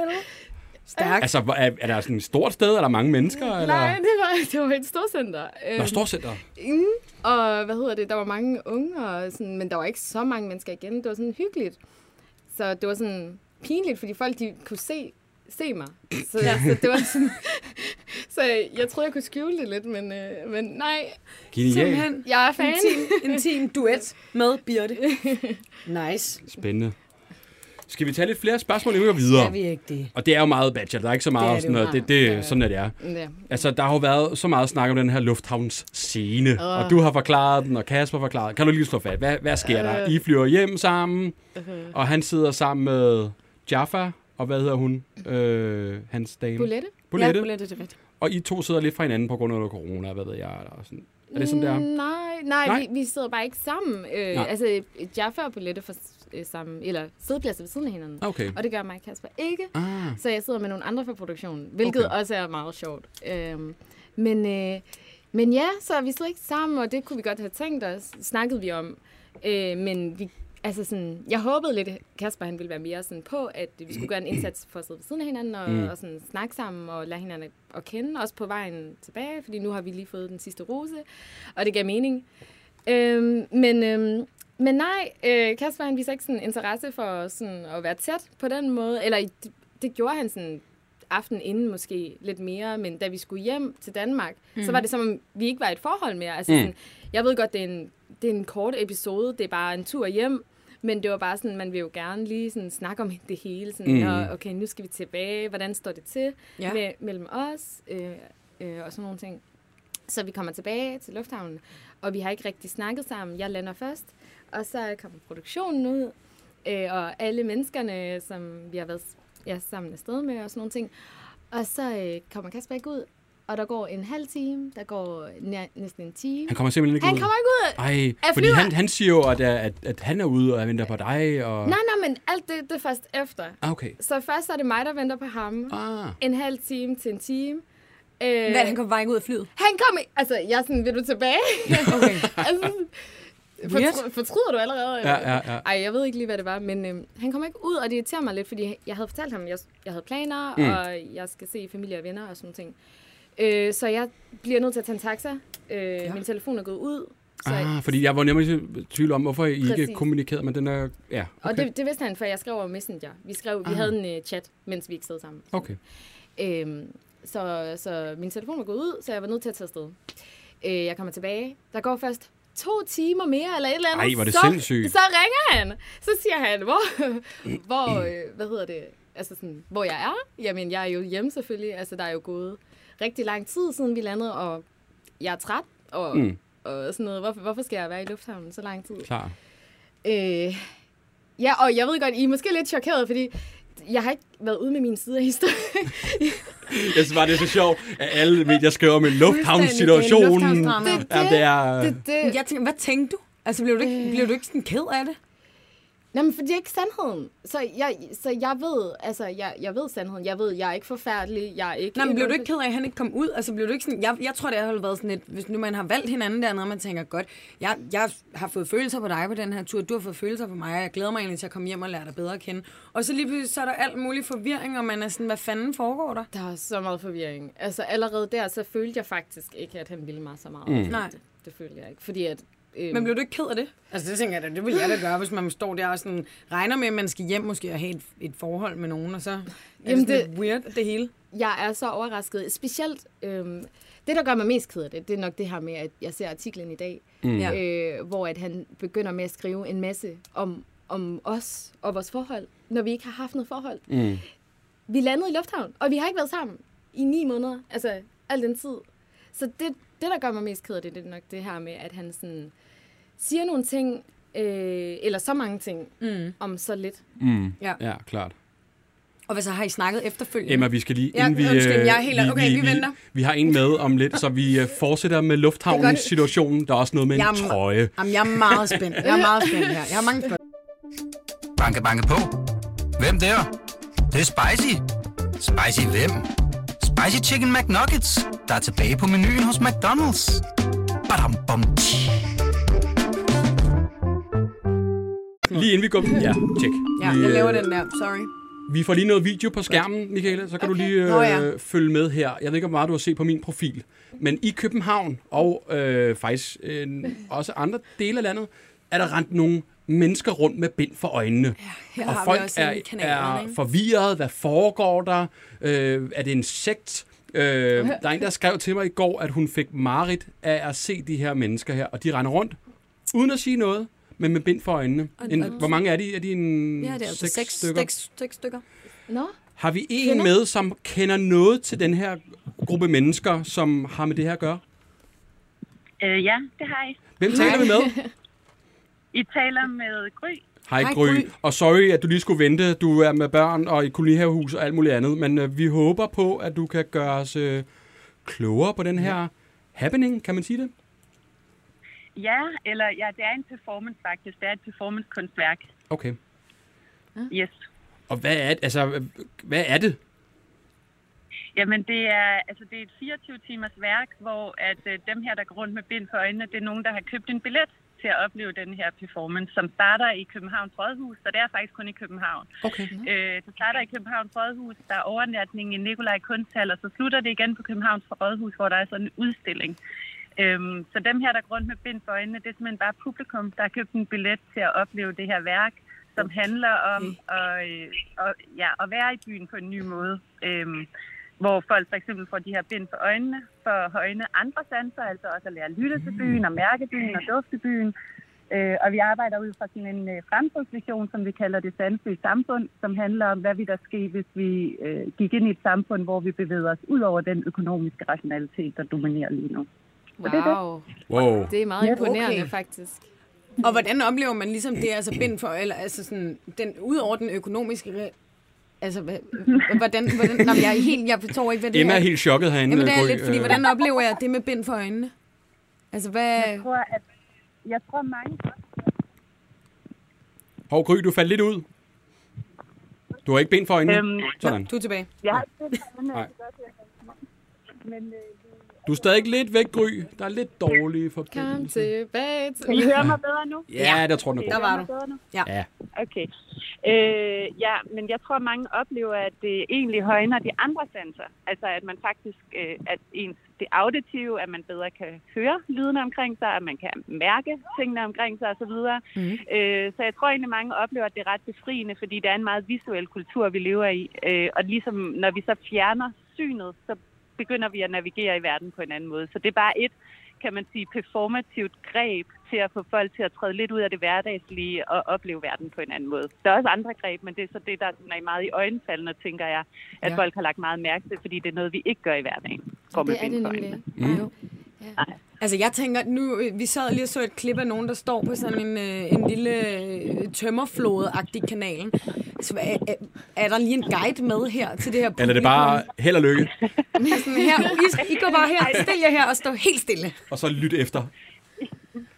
C: Stærk.
B: Altså, hvor- er, er der sådan et stort sted? Er der mange mennesker?
C: Mm,
B: Eller?
D: Nej, det var, det var et storcenter.
B: Der er
D: Øhm,
B: storcenter.
D: Mm. Og hvad hedder det, der var mange unge, og sådan, men der var ikke så mange mennesker igen. Det var sådan hyggeligt. Så det var sådan pinligt, fordi folk de kunne se, se mig. Så, ja. så, det var sådan, så jeg troede, jeg kunne skjule det lidt, men, øh, men nej,
B: Genial.
C: Simpelthen
D: jeg er fan.
C: en intim duet med Birte. Nice.
B: Spændende. Skal vi tage lidt flere spørgsmål, inden vi går videre?
C: Er vi ikke det?
B: Og det er jo meget bachelor. Der er ikke så meget
C: Det er
B: det sådan
C: det jo.
B: noget. Det, det, sådan er det er.
D: Ja.
B: Altså, der har jo været så meget snak om den her lufthavns scene. Uh. Og du har forklaret den, og Kasper har forklaret den. Kan du lige slå fat? Hvad, hvad sker uh.
C: Øh.
B: der? I flyver hjem sammen, uh. og han sidder sammen med Jaffa, og hvad hedder hun? Øh, hans dame?
D: Bolette?
B: Bolette.
C: Bulette, det er rigtigt.
B: Og I to sidder lidt fra hinanden på grund af noget corona, hvad ved jeg. Eller sådan. Er det sådan, det er?
D: Mm,
C: Mm.
D: Nej,
B: Nej.
D: nej, nej. Vi, vi sidder bare ikke sammen. Øh,
B: Nej.
D: altså, Jaffa og Bolette får øh, sammen, eller siddepladser ved siden af hinanden.
B: Okay.
D: Og det gør mig og Kasper ikke.
B: Ah.
D: Så jeg sidder med nogle andre fra produktionen, hvilket
B: Okay.
D: okay. også er meget sjovt. Øhm, men, øh, men ja, så vi sidder ikke sammen, og det kunne vi godt have tænkt os, snakkede vi om. Øh, men vi, altså sådan, jeg håbede lidt, Kasper han ville være mere sådan på, at vi skulle gøre en indsats for at sidde ved siden af hinanden, og, mm. og sådan snakke sammen og lade hinanden at kende, også på vejen tilbage, fordi nu har vi lige fået den sidste rose, og det gav mening. Øhm, men, øhm, men nej, øh, Kasper han viser ikke sådan interesse for sådan at være tæt på den måde. Eller i- det, det gjorde han sådan aften inden måske lidt mere, men da vi skulle hjem til Danmark, mm. så var det som om, vi ikke var i et forhold mere. Altså,
B: Mhm. Mm.
D: mm. sådan, jeg ved godt, det er, en, det er en kort episode, det er bare en tur hjem, men det var bare sådan, man vil jo gerne lige sådan snakke om det hele. Sådan,
B: Mm.
D: mm. og, okay, nu skal vi tilbage, hvordan står det til
C: Ja.
D: ja. med, mellem os øh, øh, og sådan nogle ting. Så vi kommer tilbage til lufthavnen, og vi har ikke rigtig snakket sammen. Jeg lander først, og så kommer produktionen ud, øh, og alle menneskerne, som vi har været ja, sammen afsted med og sådan nogle ting. Og så øh, kommer Kasper ikke ud, og der går en halv time, der går næ- næsten en time.
B: Han kommer simpelthen ikke
D: Han
B: ud. Ah.
D: kommer ikke ud!
B: Ej,
D: Jeg
B: fordi
D: flyver-
B: han, han siger jo, at, at, at han er ude, og han venter på dig. Og...
D: Nej, nej, men alt det, det er først efter.
B: Ah, okay.
D: Så først er det mig, der venter på ham.
B: Ah.
D: En halv time til en time. Øh,
C: Hvad, han kom bare ikke ud af flyet?
D: Han kom i- Altså, jeg er sådan, vil du tilbage?
C: Okay.
D: altså, fortryder, fortryder du allerede? eller?
B: Ja, ja, ja.
D: Ej, jeg ved ikke lige, hvad det var, men øhm, han kom ikke ud, og det irriterer mig lidt, fordi jeg havde fortalt ham, at jeg, jeg havde planer, mm. og jeg skal se familie og venner og sådan noget. Øh, så jeg bliver nødt til at tage en taxa. Øh, ja. Min telefon er gået ud. Så,
B: Ah, fordi jeg var nemlig i tvivl om, hvorfor I ikke
D: Præcis.
B: kommunikerede med den der... Ja, okay. Ah.
D: Og det, det vidste han, for jeg skrev over Messenger. Vi, skrev, vi havde en uh, chat, mens vi ikke sad sammen.
B: Okay.
D: Øhm, så, så min telefon var gået ud, så jeg var nødt til at tage afsted. Øh, jeg kommer tilbage. Der går først to timer mere, eller et eller andet.
B: Ej, hvor er det
D: så,
B: sindssygt.
D: Så ringer han. Så siger han, hvor, hvor øh, hvad hedder det, altså sådan, hvor jeg er. Jamen, jeg er jo hjemme selvfølgelig. Altså, der er jo gået rigtig lang tid, siden vi landede, og jeg er træt, og, mm. og sådan noget. Hvorfor, hvorfor skal jeg være i lufthavnen så lang tid?
B: Klar.
D: Øh, ja, og jeg ved godt, I er måske lidt chokeret, fordi jeg har ikke været ude med min side af historien.
B: Jeg synes bare, det er så sjovt, at alle medier skriver om en lufthavnssituation.
C: Det er en lufthavnsdrama.
D: Det-
B: Ja, det er...
D: Det, det,
C: Jeg tænker, hvad tænkte du? Altså, blev du ikke, blev du ikke sådan ked af det?
D: Nej, men for det er ikke sandheden. Så jeg, så jeg ved, altså, jeg, jeg ved sandheden. Jeg ved, jeg er ikke forfærdelig. Jeg er ikke...
C: Nej, men blev du ikke ked af, at han ikke kom ud? Altså, blev du ikke sådan... Jeg, jeg tror, det har været sådan lidt... Hvis nu man har valgt hinanden dernede, og man tænker, godt, jeg, jeg har fået følelser på dig på den her tur, du har fået følelser på mig, og jeg glæder mig egentlig til at komme hjem og lære dig bedre at kende. Og så lige pludselig, så er der alt mulig forvirring, og man er sådan, hvad fanden foregår der?
D: Der var så meget forvirring. Altså, allerede der, så følte jeg faktisk ikke, at han ville mig så meget. Mm.
C: Nej.
D: Det, det følte jeg ikke. Fordi at... Øh,
C: Men blev du ikke ked af det? Altså, det tænker jeg da, det ville jeg da gøre, hvis man står der og sådan regner med, at man skal hjem måske og have et, et forhold med nogen, og så er
D: Jamen,
C: Jamen, det, sådan
D: det-
C: lidt weird, det hele.
D: jeg er så overrasket. Specielt, øhm, det der gør mig mest ked af det, det er nok det her med, at jeg ser artiklen i dag, mm.
C: Ja.
D: øh, hvor at han begynder med at skrive en masse om, om os og vores forhold, når vi ikke har haft noget forhold.
B: Mm.
D: Vi landede i lufthavn, og vi har ikke været sammen i ni måneder, altså al den tid. Så det, det der gør mig mest ked af det, det er nok det her med, at han sådan siger nogle ting, øh, eller så mange ting, mm. om så lidt.
B: Mm.
C: Ja.
B: ja, klart.
C: Og hvad så har I snakket efterfølgende?
B: Emma, vi skal lige...
C: Ja,
B: inden vi,
C: undskyld,
B: øh,
C: jeg er helt- okay, vi venter.
B: Vi, vi har en med om lidt, så vi øh, fortsætter med lufthavnens situation. Der er også noget med en
C: Jamen. Mm.
B: trøje.
C: Jamen, jeg er meget spændt. Jeg er meget spændt her. Jeg har mange spørgsmål.
A: Banke, banke på. Hvem der? Det, det er spicy. Spicy hvem? Spicy Chicken McNuggets, der er tilbage på menuen hos McDonald's. Badum, bom, tji.
B: Lige inden vi går... Ja, tjek.
C: Ja,
B: vi,
C: jeg
B: øh,
C: laver den der. Sorry.
B: Vi får lige noget video på skærmen, Michaela, så kan okay. du lige øh,
C: Nå ja.
B: følge med her. Jeg ved ikke, hvor meget du har set på min profil, men i København og øh, faktisk øh, også andre dele af landet, er der rent nogle mennesker rundt med bind for øjnene.
C: her
B: og
C: har vi
B: folk
C: også
B: er,
C: en kanal,
B: er
C: ikke?
B: forvirret. Hvad foregår der? Øh, er det en sekt? Øh, der er en, der skrev til mig i går, at hun fik mareridt af at se de her mennesker her, og de render rundt uden at sige noget, men med bind for øjnene. En, hvor mange er de? Er de en
C: Ja, det er altså
B: seks,
C: seks
B: stykker?
C: stykker. Seks, seks stykker.
D: Nå?
B: Har vi en
D: Kender?
B: med, som kender noget til den her gruppe mennesker, som har med det her at gøre?
G: Øh, ja, det har I.
B: Hvem taler vi med?
G: I taler med Gry.
B: Hej
C: Hej,
B: Gry,
C: Gry.
B: og sorry, at du lige skulle vente. Du er med børn og i kolonihavehus og alt muligt andet, men øh, vi håber på, at du kan gøre os øh, klogere på den her happening, kan man sige det?
G: Ja, eller ja, det er en performance faktisk. Det er et performancekunstværk.
B: Okay.
G: Yes.
B: Og hvad er, det- altså, øh, hvad er det?
G: Jamen, det er, altså, det er et 24-timers værk, hvor at, øh, dem her, der går rundt med bind for øjnene, det er nogen, der har købt en billet til at opleve den her performance, som starter i Københavns Rådhus, så det er faktisk kun i København.
B: Okay.
G: Øh, det starter i Københavns Rådhus, der er overnatning i Nikolaj Kunsthal, og så slutter det igen på Københavns Rådhus, hvor der er sådan en udstilling. Øhm, så dem her, der går rundt med bind for øjnene, det er simpelthen bare publikum, der har købt en billet til at opleve det her værk, som handler om at, øh, at, ja, at være i byen på en ny måde. Øhm, hvor folk for eksempel får de her bind for øjnene, for at højne andre sanser, altså også at lære at lytte til byen, og mærke byen, og dufte byen. Øh, og vi arbejder ud fra sådan en øh, fremtidsvision, som vi kalder det sandslige samfund, som handler om, hvad vi der ske, hvis vi øh, gik ind i et samfund, hvor vi bevæger os ud over den økonomiske rationalitet, der dominerer lige nu.
D: Wow.
B: Wow.
D: Det er meget imponerende,
C: okay.
D: faktisk.
C: Og hvordan oplever man ligesom det, altså bind for, eller altså sådan, den, ud over den økonomiske, re- altså, hvad- hvordan, hvordan, nej, jeg er helt, jeg forstår ikke, hvad det
B: Emma
C: er.
B: er helt chokket herinde.
C: Jamen, det er
B: øh, Gry.
C: lidt, fordi
B: Øh,
C: hvordan oplever jeg det med bind for øjnene? Altså, hvad,
G: Jeg tror, at jeg tror mange...
B: Hov, Gry, du faldt lidt ud. Du har ikke ben for øjnene.
G: Øhm,
B: Sådan.
C: du er tilbage.
G: Jeg har ikke sådan,
B: Nej.
G: at det godt, jeg- men øh,
B: Du er stadig lidt væk, Gry. Der er lidt dårlige
D: Kom
B: forbindelser.
D: tilbage til...
G: I hører mig bedre nu?
B: Ja, der tror den er god.
C: Der var du.
G: Bedre nu?
C: Ja.
B: Ja.
G: Okay. Øh, ja, men jeg tror, mange oplever, at det egentlig højner de andre sanser. Altså, at man faktisk, øh, at ens, det auditive, at man bedre kan høre lydene omkring sig, at man kan mærke tingene omkring sig osv. Mm. Øh, så jeg tror egentlig, mange oplever, at det er ret befriende, fordi det er en meget visuel kultur, vi lever i. Øh, og ligesom når vi så fjerner synet, så begynder vi at navigere i verden på en anden måde. Så det er bare et kan man sige, performativt greb til at få folk til at træde lidt ud af det hverdagslige og opleve verden på en anden måde. Der er også andre greb, men det er så det, der sådan er meget i øjenfaldene, tænker jeg, at
C: Ja.
G: ja. folk har lagt meget mærke til, fordi det er noget, vi ikke gør i hverdagen. Går med
D: det er det
G: benføjene.
D: nemlig.
B: Mm.
D: Jo.
C: Altså, jeg tænker, at nu, øh, vi sad lige og så et klip af nogen, der står på sådan en, øh, en lille øh, tømmerflåde-agtig kanal. Så er, er- er, der lige en guide med her til det her publikum?
B: Eller er det bare held og lykke,
C: Sådan her, I, I går bare her, stil jer her og stå helt stille.
B: og så lyt efter.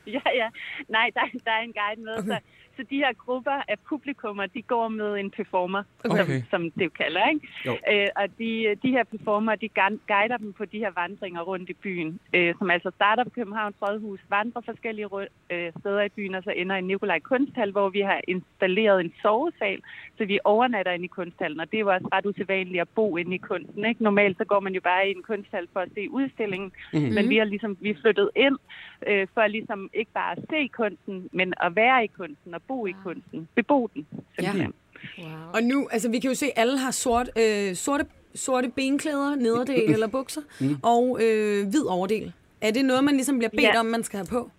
G: Ja, ja. Nej, der, der er en guide med. Okay. Så, så de her grupper af publikummer, de går med en performer, okay.
B: Okay.
G: som, som det jo kalder, ikke?
B: Jo.
G: Øh, og de, de her performer, de gu- guider dem på de her vandringer rundt i byen, øh, som altså starter på Københavns Rådhus, vandrer forskellige ru- øh, steder i byen, og så ender i Nikolaj Kunsthal, hvor vi har installeret en sovesal, så vi overnatter inde i kunsthallen, og det er jo også ret usædvanligt at bo inde i kunsten, ikke? Normalt så går man jo bare i en kunsthal for at se udstillingen, mm-hmm. men vi har ligesom, vi er flyttet ind øh, for ligesom ikke bare at se kunsten, men at være i kunsten og bo i kunsten, bebo den. simpelthen.
D: Wow.
C: Og nu, altså vi kan jo se, at alle har sort, øh, sorte, sorte benklæder, nederdel eller bukser, mm. og øh, hvid overdel. Er det noget, man ligesom bliver bedt ja.
G: Ja.
C: om, man skal have på?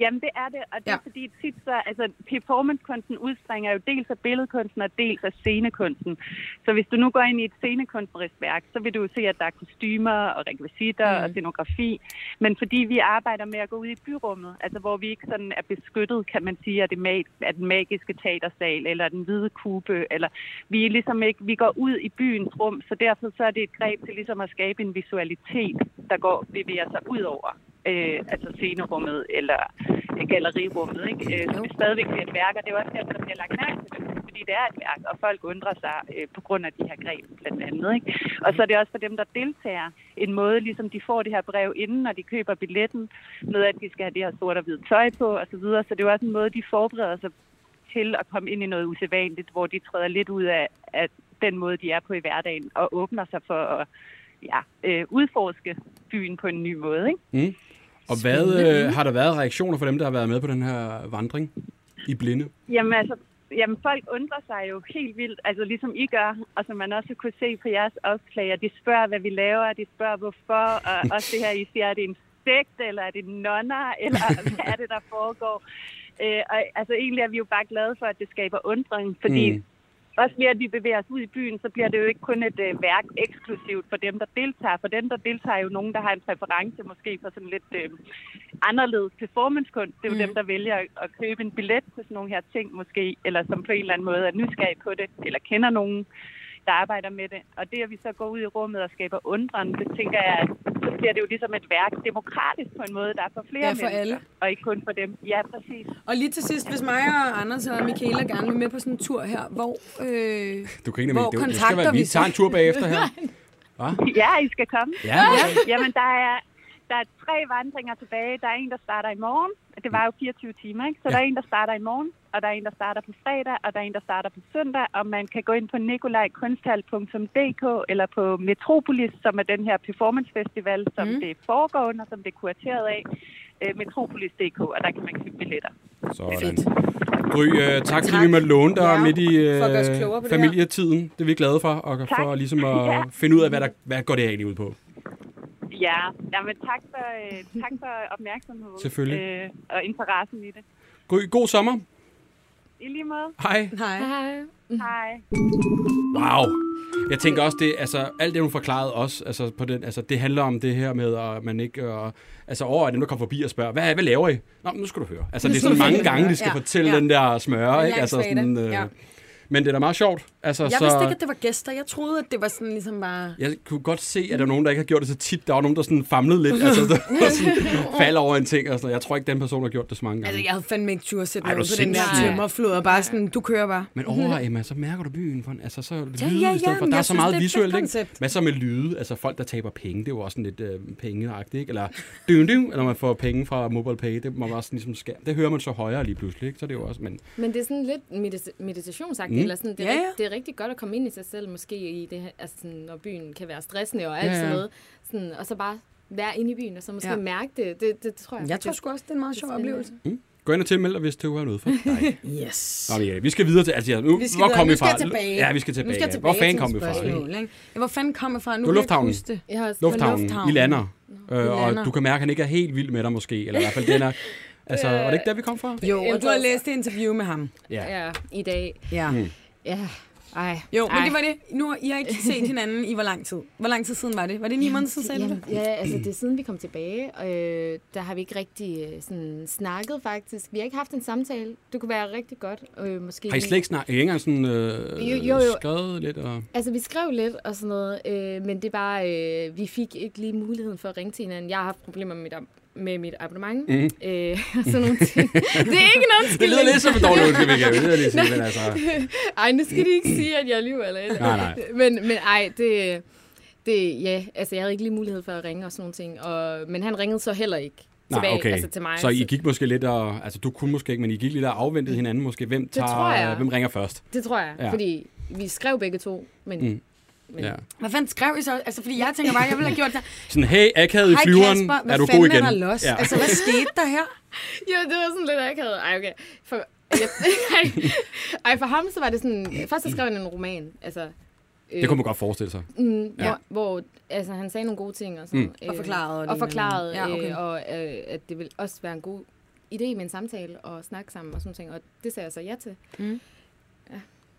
G: Jamen, det er det, og det
C: Ja.
G: er ja. fordi tit så, altså performancekunsten udspringer jo dels af billedkunsten og dels af scenekunsten. Så hvis du nu går ind i et scenekunstnerisk værk, så vil du jo se, at der er kostymer og rekvisitter mm. og scenografi. Men fordi vi arbejder med at gå ud i byrummet, altså hvor vi ikke sådan er beskyttet, kan man sige, af, det mag- af den magiske teatersal eller den hvide kube, eller vi er ligesom ikke, vi går ud i byens rum, så derfor så er det et greb til ligesom at skabe en visualitet, der går, bevæger sig ud over øh, altså scenerummet eller øh, gallerirummet. Ikke? Øh, så det stadigvæk er et værk, og det er jo også derfor, der bliver lagt mærke til det, fordi det er et værk, og folk undrer sig øh, på grund af de her greb blandt andet. Ikke? Og så er det også for dem, der deltager, en måde, ligesom de får det her brev inden, når de køber billetten, med at de skal have det her sort og hvidt tøj på osv., så, videre. så det er jo også en måde, de forbereder sig til at komme ind i noget usædvanligt, hvor de træder lidt ud af, af den måde, de er på i hverdagen, og åbner sig for at ja, øh, udforske byen på en ny måde. Ikke?
B: Og hvad øh, har der været reaktioner for dem, der har været med på den her vandring i blinde?
G: Jamen altså, jamen, folk undrer sig jo helt vildt, altså ligesom I gør, og som man også kunne se på jeres opslag, og de spørger, hvad vi laver, og de spørger, hvorfor, og også det her, I siger, er det en sekt, eller er det nonner, eller hvad er det, der foregår? Øh, og, altså egentlig er vi jo bare glade for, at det skaber undring, fordi
B: Mm.
G: mm. også ved at vi bevæger os ud i byen, så bliver det jo ikke kun et øh, værk eksklusivt for dem, der deltager. For dem, der deltager er jo nogen, der har en præference måske for sådan lidt øh, anderledes performancekunst. Det er jo mm. dem, der vælger at- at købe en billet til sådan nogle her ting måske, eller som på en eller anden måde er nysgerrig på det, eller kender nogen, der arbejder med det. Og det, at vi så går ud i rummet og skaber undren, det tænker jeg, at så bliver det jo ligesom et værk demokratisk på en måde, der er for flere
C: Ja, for
G: mennesker,
C: alle.
G: og ikke kun for dem. Ja, præcis.
C: Og lige til sidst, hvis mig og Anders og Michaela gerne vil med på sådan en tur her, hvor... Øh,
B: Du kan ikke
C: Hvor
B: nemlig, det, det skal
C: kontakter
B: være,
C: vi
B: vi
C: så?
B: tager en tur bagefter her.
G: Ja, I skal komme.
B: Ja,
G: Jamen, der er, der er tre vandringer tilbage. Der er en, der starter i morgen. Det var jo 24 timer, ikke? Så ja. der er en, der starter i morgen, og der er en, der starter på fredag, og der er en, der starter på søndag. Og man kan gå ind på nikolajkunsthal.dk eller på Metropolis, som er den her performancefestival, som mm. det er foregående, og som det er kurateret af. øh, Metropolis.dk, og der kan man købe billetter.
B: sådan. Gry, øh, tak fordi vi måtte låne dig
C: Ja,
B: ja, midt i
C: for at gøre os klogere på
B: øh,
C: det her.
B: familietiden. Det er vi glade for, og for
G: Tak.
B: ligesom at
G: Ja.
B: finde ud af, hvad, der, hvad går det her egentlig ud på.
G: Ja, jamen tak for, øh, tak for opmærksomheden
B: Selvfølgelig.
G: Øh, og interessen i det.
B: Gry, god sommer.
G: I lige måde.
B: Hej.
C: nej.
D: Hej.
G: Hej.
B: Wow. Jeg tænker også, det, altså, alt det, hun forklarede os, altså, på den, altså, det handler om det her med, at man ikke... Og, altså, over at dem, der kommer forbi og spørger, hvad, hvad laver I? Nå, nu skal du høre. Altså, det er sådan
C: skal du
B: mange
C: høre.
B: gange, de skal
C: Ja,
B: ja, fortælle
C: ja.
B: ja. den der smøre,
C: En
B: ikke?
C: lang
B: Altså,
C: svada,
B: sådan, øh,
C: ja.
B: Men det er da meget sjovt. Altså,
C: Jeg
B: så,
C: vidste ikke, at det var gæster. Jeg troede, at det var sådan ligesom bare...
B: Jeg kunne godt se, at der er nogen, der ikke har gjort det så tit. Der var nogen, der sådan famlede lidt, altså der var sådan, falder over en ting. Og sådan. noget. Jeg tror ikke, den person har gjort det så mange gange.
C: Altså, jeg havde fandme ikke tur at sætte
B: Ej,
C: noget
B: du er
C: på den der
B: sindssyg.
C: tømmerflod, og bare sådan, du kører bare.
B: Men over, Emma, så mærker du byen. For, altså, så lyde
C: ja,
B: i
C: ja,
B: stedet for.
C: men
B: Der er
C: jeg
B: så
C: synes,
B: meget
C: det er et fedt
B: visuelt, ikke?
C: koncept.
B: Hvad så med lyde? Altså folk, der taber penge, det er jo også sådan lidt øh, pengeagtigt, ikke? Eller dyng, dyng, eller man får penge fra MobilePay, det må være sådan ligesom skærm. Det hører man så højere lige pludselig, ikke? Så det er jo også, men
D: Men det er sådan lidt medita- meditationsagtigt,
B: Mm.
D: mm. eller sådan, det, er,
C: Ja,
D: ja,
C: ja.
D: ja. det er rigtig godt at komme ind i sig selv, måske i det her, altså sådan, når byen kan være stressende og alt
B: Ja,
D: ja,
B: ja.
D: ja. sådan noget, sådan, og så bare være inde i byen, og så måske
C: Ja.
D: ja. mærke det. det, det tror jeg.
C: Jeg tror sgu også, det er en meget sjov
D: Spændende.
C: oplevelse.
B: Gå ind og tilmeld dig, hvis det er noget for dig.
C: Yes.
B: Nå, men ja, vi skal videre til... Altså, nu,
C: Vi skal
B: hvor
C: videre.
B: kom
C: Nu
B: vi
C: skal
B: fra?
C: jeg tilbage.
B: Ja, vi skal tilbage.
C: Nu skal jeg
B: ja.
C: tilbage
B: hvor fanden
C: til
B: kom vi
C: mit
B: fra? ikke?
C: spørgsmål, ikke? Ja, hvor fanden kom jeg fra? Nu kan jeg ikke
B: var lufthavnen.
C: huske det.
D: Jeg har også
C: Luft-
B: lufthavnen.
C: lufthavnen.
B: I lander. Øh,
C: lander.
B: og du kan mærke, at han ikke er helt vild med dig måske. Eller i hvert fald, den er... Altså, var det ikke der, vi kom fra?
C: Jo, og du har læst et interview med ham.
D: ja, i dag.
C: Ja.
B: Mm.
D: Ja, ej.
C: Jo, men
D: ej.
C: det var det. Nu har I har ikke set hinanden i hvor lang tid? Hvor lang tid siden var det? Var det ni måneder siden, sagde du
D: Jamen,
C: det?
D: ja, altså det er siden vi kom tilbage, og øh, der har vi ikke rigtig øh, sådan, snakket faktisk. Vi har ikke haft en samtale. Det kunne være rigtig godt. Øh, måske
B: Har I slet ikke snart... I ikke engang sådan... Øh,
D: Jo, jo, jo.
B: Skrevet lidt og...
D: Altså, vi skrev lidt og sådan noget, øh, men det var, øh, vi fik ikke lige muligheden for at ringe til hinanden. Jeg har haft problemer med mit, ab- med mit abonnement mm. øh, og sådan nogle ting. det er ikke nogen
B: Mhm. Det lyder lidt som en dårlig undskyldning, kan jeg ved lige sige, men altså...
D: Ej, nu skal de ikke sige, at jeg lyver eller eller.
B: Nej, nej.
D: Men, men ej, det, det, ja, altså jeg havde ikke lige mulighed for at ringe og sådan nogle ting. Og, men han ringede så heller ikke tilbage, altså til mig.
B: Så I gik måske lidt og... Altså, du kunne måske ikke, men I gik lidt og afventede hinanden måske. Hvem, tager,
D: tror jeg.
B: hvem ringer først?
D: Det tror jeg,
B: Ja.
D: ja. fordi vi skrev begge to, men
B: Mm.
D: mm.
B: Ja.
C: Hvad fanden skrev I så? Altså, fordi jeg tænker bare, jeg ville have gjort det.
B: Sådan, hey, akavet i
C: Hej
B: flyveren,
C: Kasper, hvad
B: er du
C: fanden
B: god igen?
C: er der los?
B: Ja.
C: Ja. Altså, hvad skete der her?
D: Ja, det var sådan lidt akavet. Ej, okay. For, jeg, ej, ej, for ham så var det sådan... Først så skrev han en roman, altså... Øh,
B: Det kunne man godt forestille sig.
D: mm,
B: ja.
D: ja. hvor, hvor altså, han sagde nogle gode ting og sådan.
B: Mm.
D: Øh,
C: Og forklarede det
D: Og
C: med
D: forklarede,
C: noget. Ja,
D: ja,
C: okay.
D: okay. øh, og øh, at det ville også være en god idé med en samtale og snakke sammen og sådan ting. Og det sagde jeg så ja til.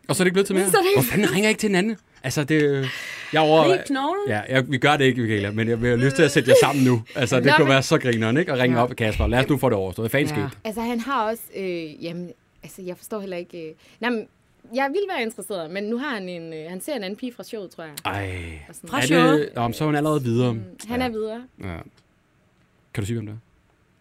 B: Og så er det ikke blevet til mere?
D: Så er det ikke-
B: Hvor fanden ringer jeg ikke til hinanden? Altså, det... Jeg er over...
C: Lige knoglen?
B: øh, Ja, jeg, vi gør det ikke, Michaela, men jeg, jeg har lyst til at sætte jer sammen nu. Altså, det
D: Nå,
B: kunne
D: men-
B: være så grineren, ikke? Og ringe
C: Ja.
B: op, Kasper, lad os nu få det overstået. Hvad fanden
C: Ja.
B: ja.
D: Altså, han har også... Øh, jamen, altså, jeg forstår heller ikke... Øh, nej, men, jeg ville være interesseret, men nu har han en... Øh, han ser en anden pige fra showet, tror jeg.
B: Ej.
D: Og sådan.
C: Fra
B: Er
C: showet?
B: det... Nå, men så er hun allerede videre.
D: Han er videre.
B: Ja. Kan du sige, hvem det er?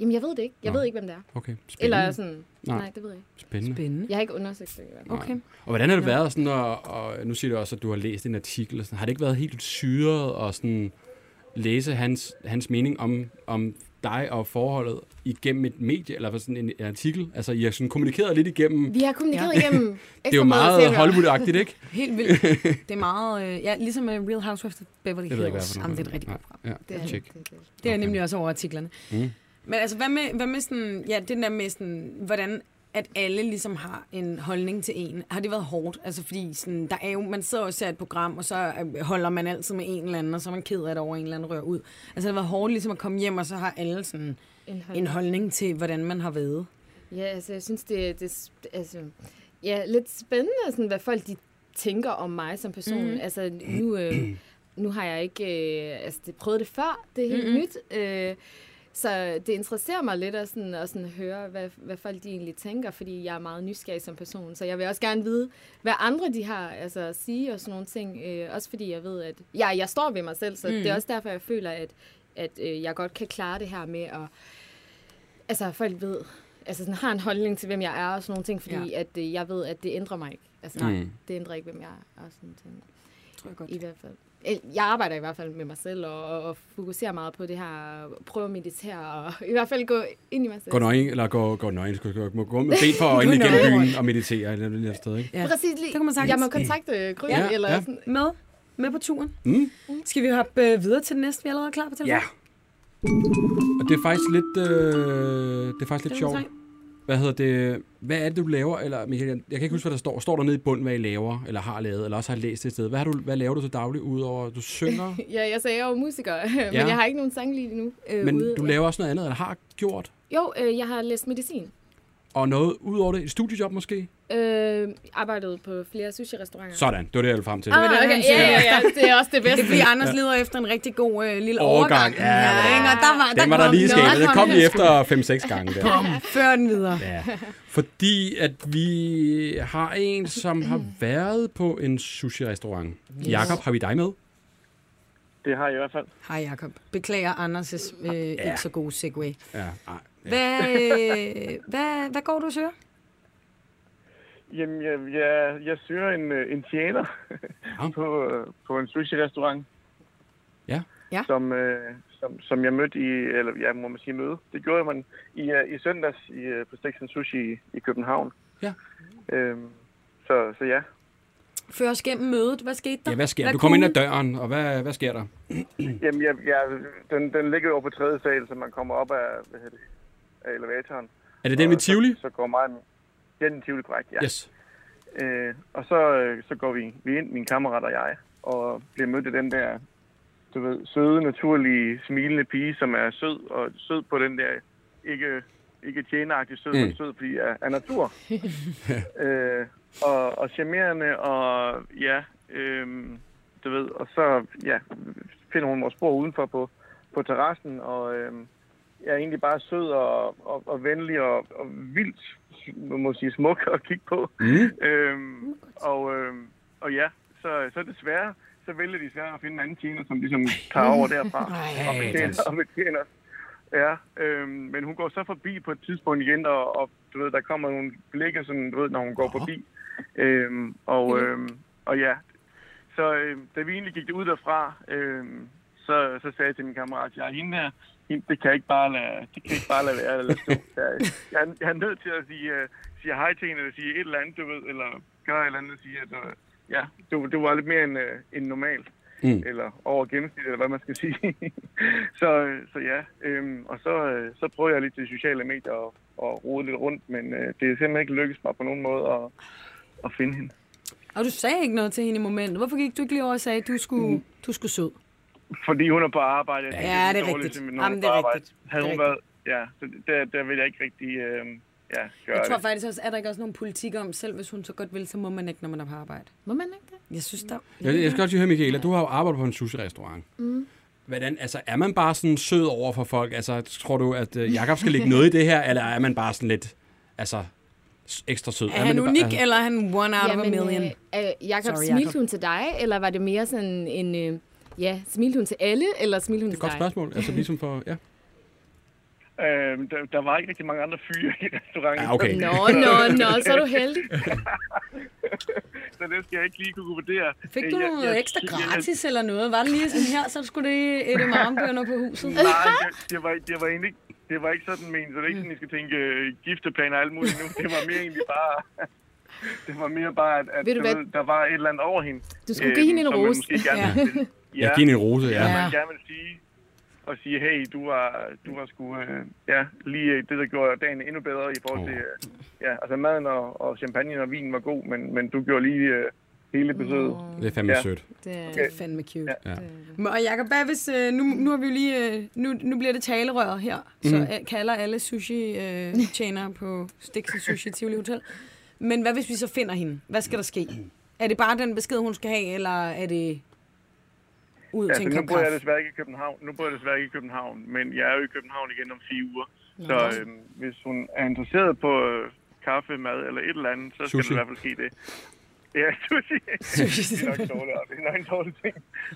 D: Jamen, jeg ved det ikke. Jeg
B: Nå.
D: ved ikke, hvem det er.
B: Okay. Spændende.
D: Eller sådan...
B: Nej.
D: Nej, nej det ved jeg ikke.
B: Spændende.
C: Spændende.
D: Jeg har ikke undersøgt det i hvert fald.
C: Okay.
B: Og hvordan har det været sådan, og, og nu siger du også, at du har læst en artikel, og sådan, har det ikke været helt syret og sådan læse hans, hans mening om, om dig og forholdet igennem et medie, eller hvad, sådan en, en artikel? Altså, I har sådan kommunikeret lidt igennem,
D: Vi har kommunikeret ja. igennem
B: det er jo meget Hollywood-agtigt, ikke?
C: Helt vildt. Det er meget... Øh, ja, ligesom med Real Housewives of Beverly
B: Det ved jeg ikke, hvad
C: Hills.
B: for
C: Jamen, det er et rigtig godt
B: Ja,
D: Det er,
B: tjek.
C: Det er
B: Okay.
C: okay. nemlig også over artiklerne.
B: Mm.
C: Mm. Men altså, hvad med, hvad med sådan, ja, det der med sådan, hvordan at alle ligesom har en holdning til en. Har det været hårdt? Altså fordi sådan, der er jo, man sidder og ser et program, og så øh, holder man altid med en eller anden, og så er man ked af det over, at en eller anden rører ud. Altså det har været hårdt ligesom at komme hjem, og så har alle sådan
D: en hold.
C: en holdning til, hvordan man har været.
D: Ja, altså jeg synes, det er det, er sp- altså, ja, lidt spændende, sådan, hvad folk de tænker om mig som person. Mm. Altså nu, øh, nu har jeg ikke øh, altså, det, prøvet det før, det er helt mm-hmm. nyt. Øh, så det interesserer mig lidt at, sådan, at sådan høre, hvad, hvad folk de egentlig tænker, fordi jeg er meget nysgerrig som person. Så jeg vil også gerne vide, hvad andre de har altså, at sige og sådan nogle ting. Øh, også fordi jeg ved, at ja, jeg står ved mig selv, så mm. det er også derfor, jeg føler, at, at øh, jeg godt kan klare det her med at altså folk ved, altså sådan har en holdning til, hvem jeg er og sådan nogle ting, fordi ja. at øh, jeg ved, at det ændrer mig ikke. Altså nej,
B: Mm.
D: mm. det ændrer ikke, hvem jeg er og sådan nogle ting.
C: Tror jeg godt.
D: I hvert fald. El- Jeg arbejder i hvert fald med mig selv og, og, og fokuserer meget på det her, og prøver at meditere og i hvert fald gå ind i mig selv.
B: Gå nøgen, eller gå, gå nøgen, skal gå, gå med ben for øjnene
C: nøgen.
B: gennem byen og meditere eller et eller andet sted, ikke?
C: Ja.
D: Præcis lige.
C: Det kan man sagtens.
D: Jeg må kontakte Gry
B: Ja,
D: ja, eller
B: ja.
D: ja. sådan.
C: Med, med på turen.
B: Mm.
C: Skal vi hoppe øh, videre til den næste, vi er allerede klar på telefonen?
B: Ja. Og det er faktisk lidt, øh, det er faktisk lidt
C: Det er
B: sjovt.
C: tre.
B: Hvad hedder det? Hvad er det, du laver? Eller, Michael, jeg kan ikke huske, hvad der står. Står der nede i bunden, hvad I laver, eller har lavet, eller også har læst et sted? Hvad, har du, hvad laver du til daglig, udover at du synger?
D: Ja, jeg sagde, jeg er jo musiker, men
B: Ja.
D: jeg har ikke nogen sang lige nu. Øh,
B: men
D: ude.
B: du laver også noget andet, eller har gjort?
D: Jo, øh, jeg har læst medicin.
B: Og noget udover det? Et studiejob måske?
D: Øh, arbejdet på flere sushi-restauranter.
B: Sådan, det var det, jeg ville frem til.
D: Ah,
C: det, han
D: okay.
C: siger.
D: Ja, ja, ja, det er også det bedste.
C: Det er fordi Anders leder efter en rigtig god øh, lille
B: Overgang.
C: overgang.
B: Ja, det er-
C: ikke? og der var,
B: Den var der
C: kom-
B: lige i skabet. Den
C: kom
B: kom
C: den.
B: lige efter 5-6 gange. Der.
C: Før den videre.
B: Ja, fordi at vi har en, som har været på en sushi-restaurant. Jakob, har vi dig med?
H: Det har jeg i hvert fald.
C: Hej Jakob. Beklager Anders' øh, ja. ikke så gode segue.
B: Ja. Ej, ja.
C: Hvad, øh, hvad, hvad går du og søger?
H: Jamen, jeg, jeg, jeg søger en, øh, en tjener
B: Ja.
H: på, øh, på en sushi-restaurant.
B: Ja.
C: Ja.
H: Som, øh, som, som jeg mødte i, eller ja, må man sige møde. Det gjorde man i, øh, i søndags i, øh, på Stiksen Sushi i, i København.
B: Ja.
H: Øhm, så, så ja.
C: Før os gennem mødet. Hvad skete der?
B: ja, hvad sker
C: Hvad
B: Du kommer ind ad
C: kunne-
B: døren, og hvad, hvad sker der?
H: Jamen, jeg, jeg, den, den ligger over på tredje sal, så man kommer op af, hvad hedder det, af elevatoren.
B: Er det den ved
H: Og så-
B: Tivoli?
H: Så går mig... og min- Ja, den er Tivoli, korrekt, ja.
B: Yes.
H: Øh, og så, øh, så går vi, vi ind, min kammerat og jeg, og bliver mødt af den der, du ved, søde, naturlige, smilende pige, som er sød, og sød på den der, ikke, ikke tjeneragtig sød, mm. men
B: Mm.
H: sød fordi af, af natur. øh, og, og charmerende, og ja, øh, du ved, og så ja, finder hun vores bord udenfor på, på terrassen, og øh, jeg er egentlig bare sød og, og, og venlig og, og vildt, man må sige, smuk at kigge på.
B: Mm.
H: Øhm, og, øhm, og ja, så, så desværre, så vælger de svært at finde en anden tjener, som ligesom tager over derfra. og betjener, og betjener. os. Ja, øhm, men hun går så forbi på et tidspunkt igen, og, og du ved, der kommer nogle blikke, sådan, du ved, når hun går forbi. Øhm, og, øhm, og ja, så øh, da vi egentlig gik ud derfra, øh, så, så sagde jeg til min kammerat, jeg er hende her, hende, det kan jeg ikke bare lade, det kan jeg ikke bare lade være, eller stå. Jeg, jeg, er- jeg er nødt til at sige, øh, sige hej til hende, eller sige et eller andet, du ved, eller gøre et eller andet, og sige, at øh, ja, du, du var lidt mere end, øh, end normalt,
B: Mm.
H: mm. eller over gennemsnittet, eller hvad man skal sige. så, øh, så ja, øh, og så, øh, så prøvede jeg lidt til sociale medier og, og rode lidt rundt, men øh, det er simpelthen ikke lykkedes mig på nogen måde at, at finde hende.
C: Og du sagde ikke noget til hende i momentet. Hvorfor gik du ikke lige over og sagde, at du skulle,
B: Mm-hmm.
C: du skulle sød?
H: Fordi hun er på arbejde. Ja,
C: det er rigtigt.
H: Simpelthen,
C: Jamen, det er rigtigt.
H: Havde
C: Det er
H: hun været... Ja, så der, der vil jeg ikke rigtig øh, ja, gøre
C: Jeg tror
H: det.
C: faktisk også, er der ikke også nogen politik om, selv hvis hun så godt vil, så må man ikke, når man er på arbejde.
D: Må man ikke det?
C: Jeg synes der...
B: Jeg, jeg skal også lige høre, Michaela, du har jo arbejdet på en sushi-restaurant. Mm. Hvordan, altså, er man bare sådan sød over for folk? Altså, tror du, at øh, Jakob skal lægge noget i det her, eller er man bare sådan lidt, altså, s- ekstra sød?
C: Er
B: man
C: han
B: det bare-
C: unik,
B: altså-
C: eller er han one out of a million?
D: Øh, øh, Jacob,
C: Sorry, Jacob.
D: smilte hun til dig, eller var det mere sådan en... Øh, ja, smilte hun til alle, eller smilte hun
B: Det er et
D: til dig?
B: godt spørgsmål. Altså, ligesom for, ja.
H: Øh, der, der var ikke rigtig mange andre fyre i
C: Ah,
H: restauranten.
B: Ja, okay.
D: Nå, nå, nå, så er du heldig.
H: Så det skal jeg ikke lige kunne vurdere.
C: Fik
H: Øh,
C: du
H: jeg-
C: noget
H: jeg-
C: ekstra
H: jeg-
C: gratis eller noget? Var det lige sådan her, så skulle det et marmbønder på huset?
H: Nej, det, det, var, det var egentlig ikke... Det var ikke sådan men, så det er ikke sådan, I skal tænke øh, gifteplaner og alt muligt nu. Det var mere egentlig bare... Det var mere bare, at, at
D: Ved du
H: du
D: hvad?
H: ved, der var et eller andet over hende. Øh,
D: Du skulle give hende en
H: som man
D: rose.
H: måske gerne ville stille.
B: Jeg giver hende en rose, ja.
H: ja.
B: ja.
H: man gerne vil sige, og sige, hey, du var, du var sgu, øh, ja, lige øh, det, der gjorde dagen endnu bedre i forhold til, øh, ja, altså maden og, og champagne og vinen var god, men, men du gjorde lige øh, hele besøget.
B: Det er fandme ja.
H: Ja.
B: sødt.
D: Det,
C: Det er fandme cute.
B: Ja.
C: Men- Og Jacob, hvad hvis, øh, nu, nu, har vi jo lige, øh, nu, nu bliver det talerør her,
H: Mhm.
C: så øh, kalder alle sushi-tjenere på Stix og Sushi Tivoli Hotel. Men hvad hvis vi så finder hende? Hvad skal der ske? Er det bare den besked, hun skal have, eller er det ud til
H: Altså,
C: en
H: nu
C: kop
H: bor jeg
C: kaffe?
H: desværre ikke i København, nu bor jeg desværre ikke i København, men jeg er jo i København igen om fire uger, så øh, hvis hun er interesseret på øh, kaffe, mad eller et eller andet, så skal
B: Sushi.
H: det i hvert fald ske det. Ja, sushi. det er nok dårligt, og det er nok en dårlig ting.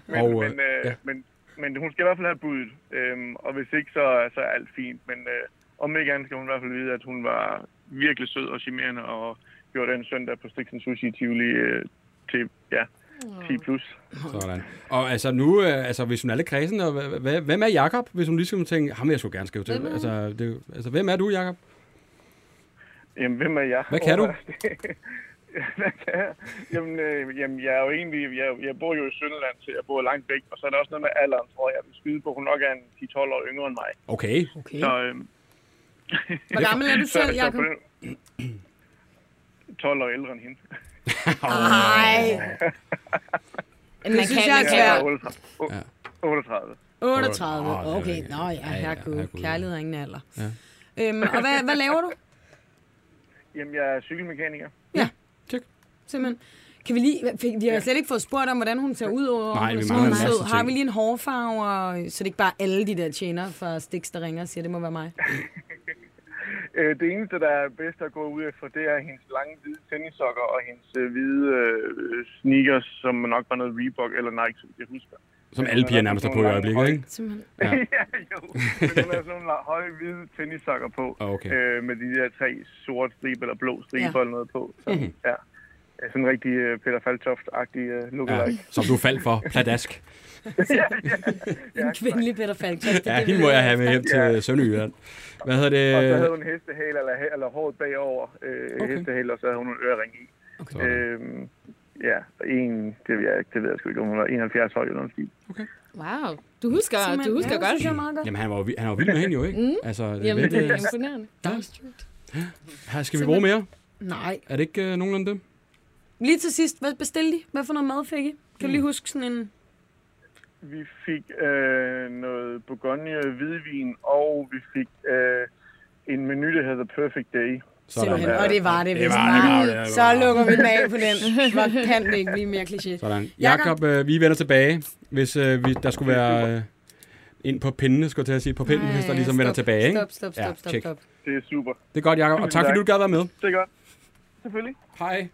H: Men,
B: Og,
H: og,
B: øh,
H: men, øh,
B: ja.
H: ja. men, men hun skal i hvert fald have budet, øhm, og hvis ikke, så, så er alt fint. Men øh, om ikke andet skal hun i hvert fald vide, at hun var virkelig sød og charmerende, og gjorde den søndag på Stiksen Sushi i Tivoli øh, til ja, 10 plus.
B: Sådan. Og altså nu, øh, altså hvis hun er lidt kredsen, og hva- hva- hvem er Jakob, hvis hun lige skulle tænke, ham vil jeg skulle gerne skrive til. Altså, det, er jo- altså, hvem er du, Jakob?
H: Jamen, hvem er jeg?
B: Hvad kan du?
H: Hvad kan jeg? Jamen, øh, jamen, jeg er jo egentlig, jeg, jeg bor jo i Sønderland, så jeg bor langt væk, og så er der også noget med alderen, tror jeg. Jeg vil skyde på, at hun nok er en 10-12 år yngre end mig.
B: Okay.
C: Okay.
H: Så, øhm,
C: Hvor gammel er du
H: så,
C: selv,
H: så på
C: Jacob?
H: den... 12 år ældre end hende.
D: Nej.
C: Det synes jeg er svært.
H: Ja, 38.
B: Ja.
H: 38.
C: 38.
B: Åh,
C: Okay,
B: det er-
C: nå ja,
B: ja, ja,
C: herregud.
B: herregud.
C: Kærlighed har ingen alder. Øhm, og hvad, hvad laver du?
H: Jamen, jeg er cykelmekaniker.
B: Tjek.
C: Simpelthen. Kan vi lige, fik- vi har slet ikke fået spurgt om, hvordan hun ser ud over.
B: Nej,
C: om hun
B: vi
C: er
B: mangler en
C: sød.
B: masse ting.
C: Har vi lige en hårfarve, og, så det ikke bare er alle de der tjenere fra Stix, der ringer og siger, det må være mig.
H: Øh, det eneste, der er bedst at gå ud efter, det er hendes lange hvide tennissokker og hendes øh, hvide øh, sneakers, som nok var noget Reebok eller Nike, som jeg husker.
B: Som alle piger nærmest er på i øjeblikket, ikke?
D: Simpelthen.
B: Ja.
H: Ja, jo. Men hun har sådan nogle la- høje hvide tennissokker på,
B: Ah, okay.
H: øh, med de der tre sorte striber eller blå striber
C: Ja.
H: ja. eller noget på. Så,
B: Mhm.
H: mm-hmm. ja. Ja, Sådan en rigtig øh, Peter Faltoft-agtig øh,
B: Ja.
H: lookalike.
B: Som du faldt for. Pladask.
C: En kvindelig Peter Falk.
B: Ja, hende må jeg have med hjem til
H: Ja.
B: øh, Sønderjylland. Hvad hedder det?
H: Og så havde hun hestehale eller, eller håret bagover øh,
B: Okay.
H: okay. hestehale, og så havde hun en ørering i.
B: Sådan.
H: Øhm, ja, og en, det ved jeg ikke, det ved jeg sgu ikke, om hun var 71 høj eller noget stil.
D: Wow. Du husker, du husker
C: ja, Det
D: godt.
C: synes jeg er meget godt.
B: Jamen, han var, jo vi- han var vild med hende jo, ikke? Altså, det er
D: Jamen, det
B: virkelig-
D: er imponerende.
B: Ja. Her skal vi bruge mere?
C: Nej.
B: Er det ikke øh, nogenlunde det?
C: Lige til sidst, hvad bestilte I? Hvad for noget mad fik I? Kan du
B: Mm.
C: lige huske sådan en...
H: Vi fik øh, noget Bourgogne hvidvin, og vi fik øh, en menu, der hedder The Perfect Day.
C: Simpelthen. Og det var det,
B: Det
C: hvis
B: var det, var det, det
C: Så
B: var det.
C: lukker vi den af på den. Hvor kan det ikke blive mere kliché?
B: Sådan. Jakob, øh, vi vender tilbage, hvis øh, vi, der skulle være øh, ind på pindene, skulle jeg til at sige, på pinden, hvis der ligesom vender tilbage. Ikke?
C: Stop, stop, stop, stop,
B: tjek.
C: stop.
H: Det er super.
B: Det er godt, Jakob, og tak fordi du gad være med.
H: Det er godt. Selvfølgelig.
B: Hej.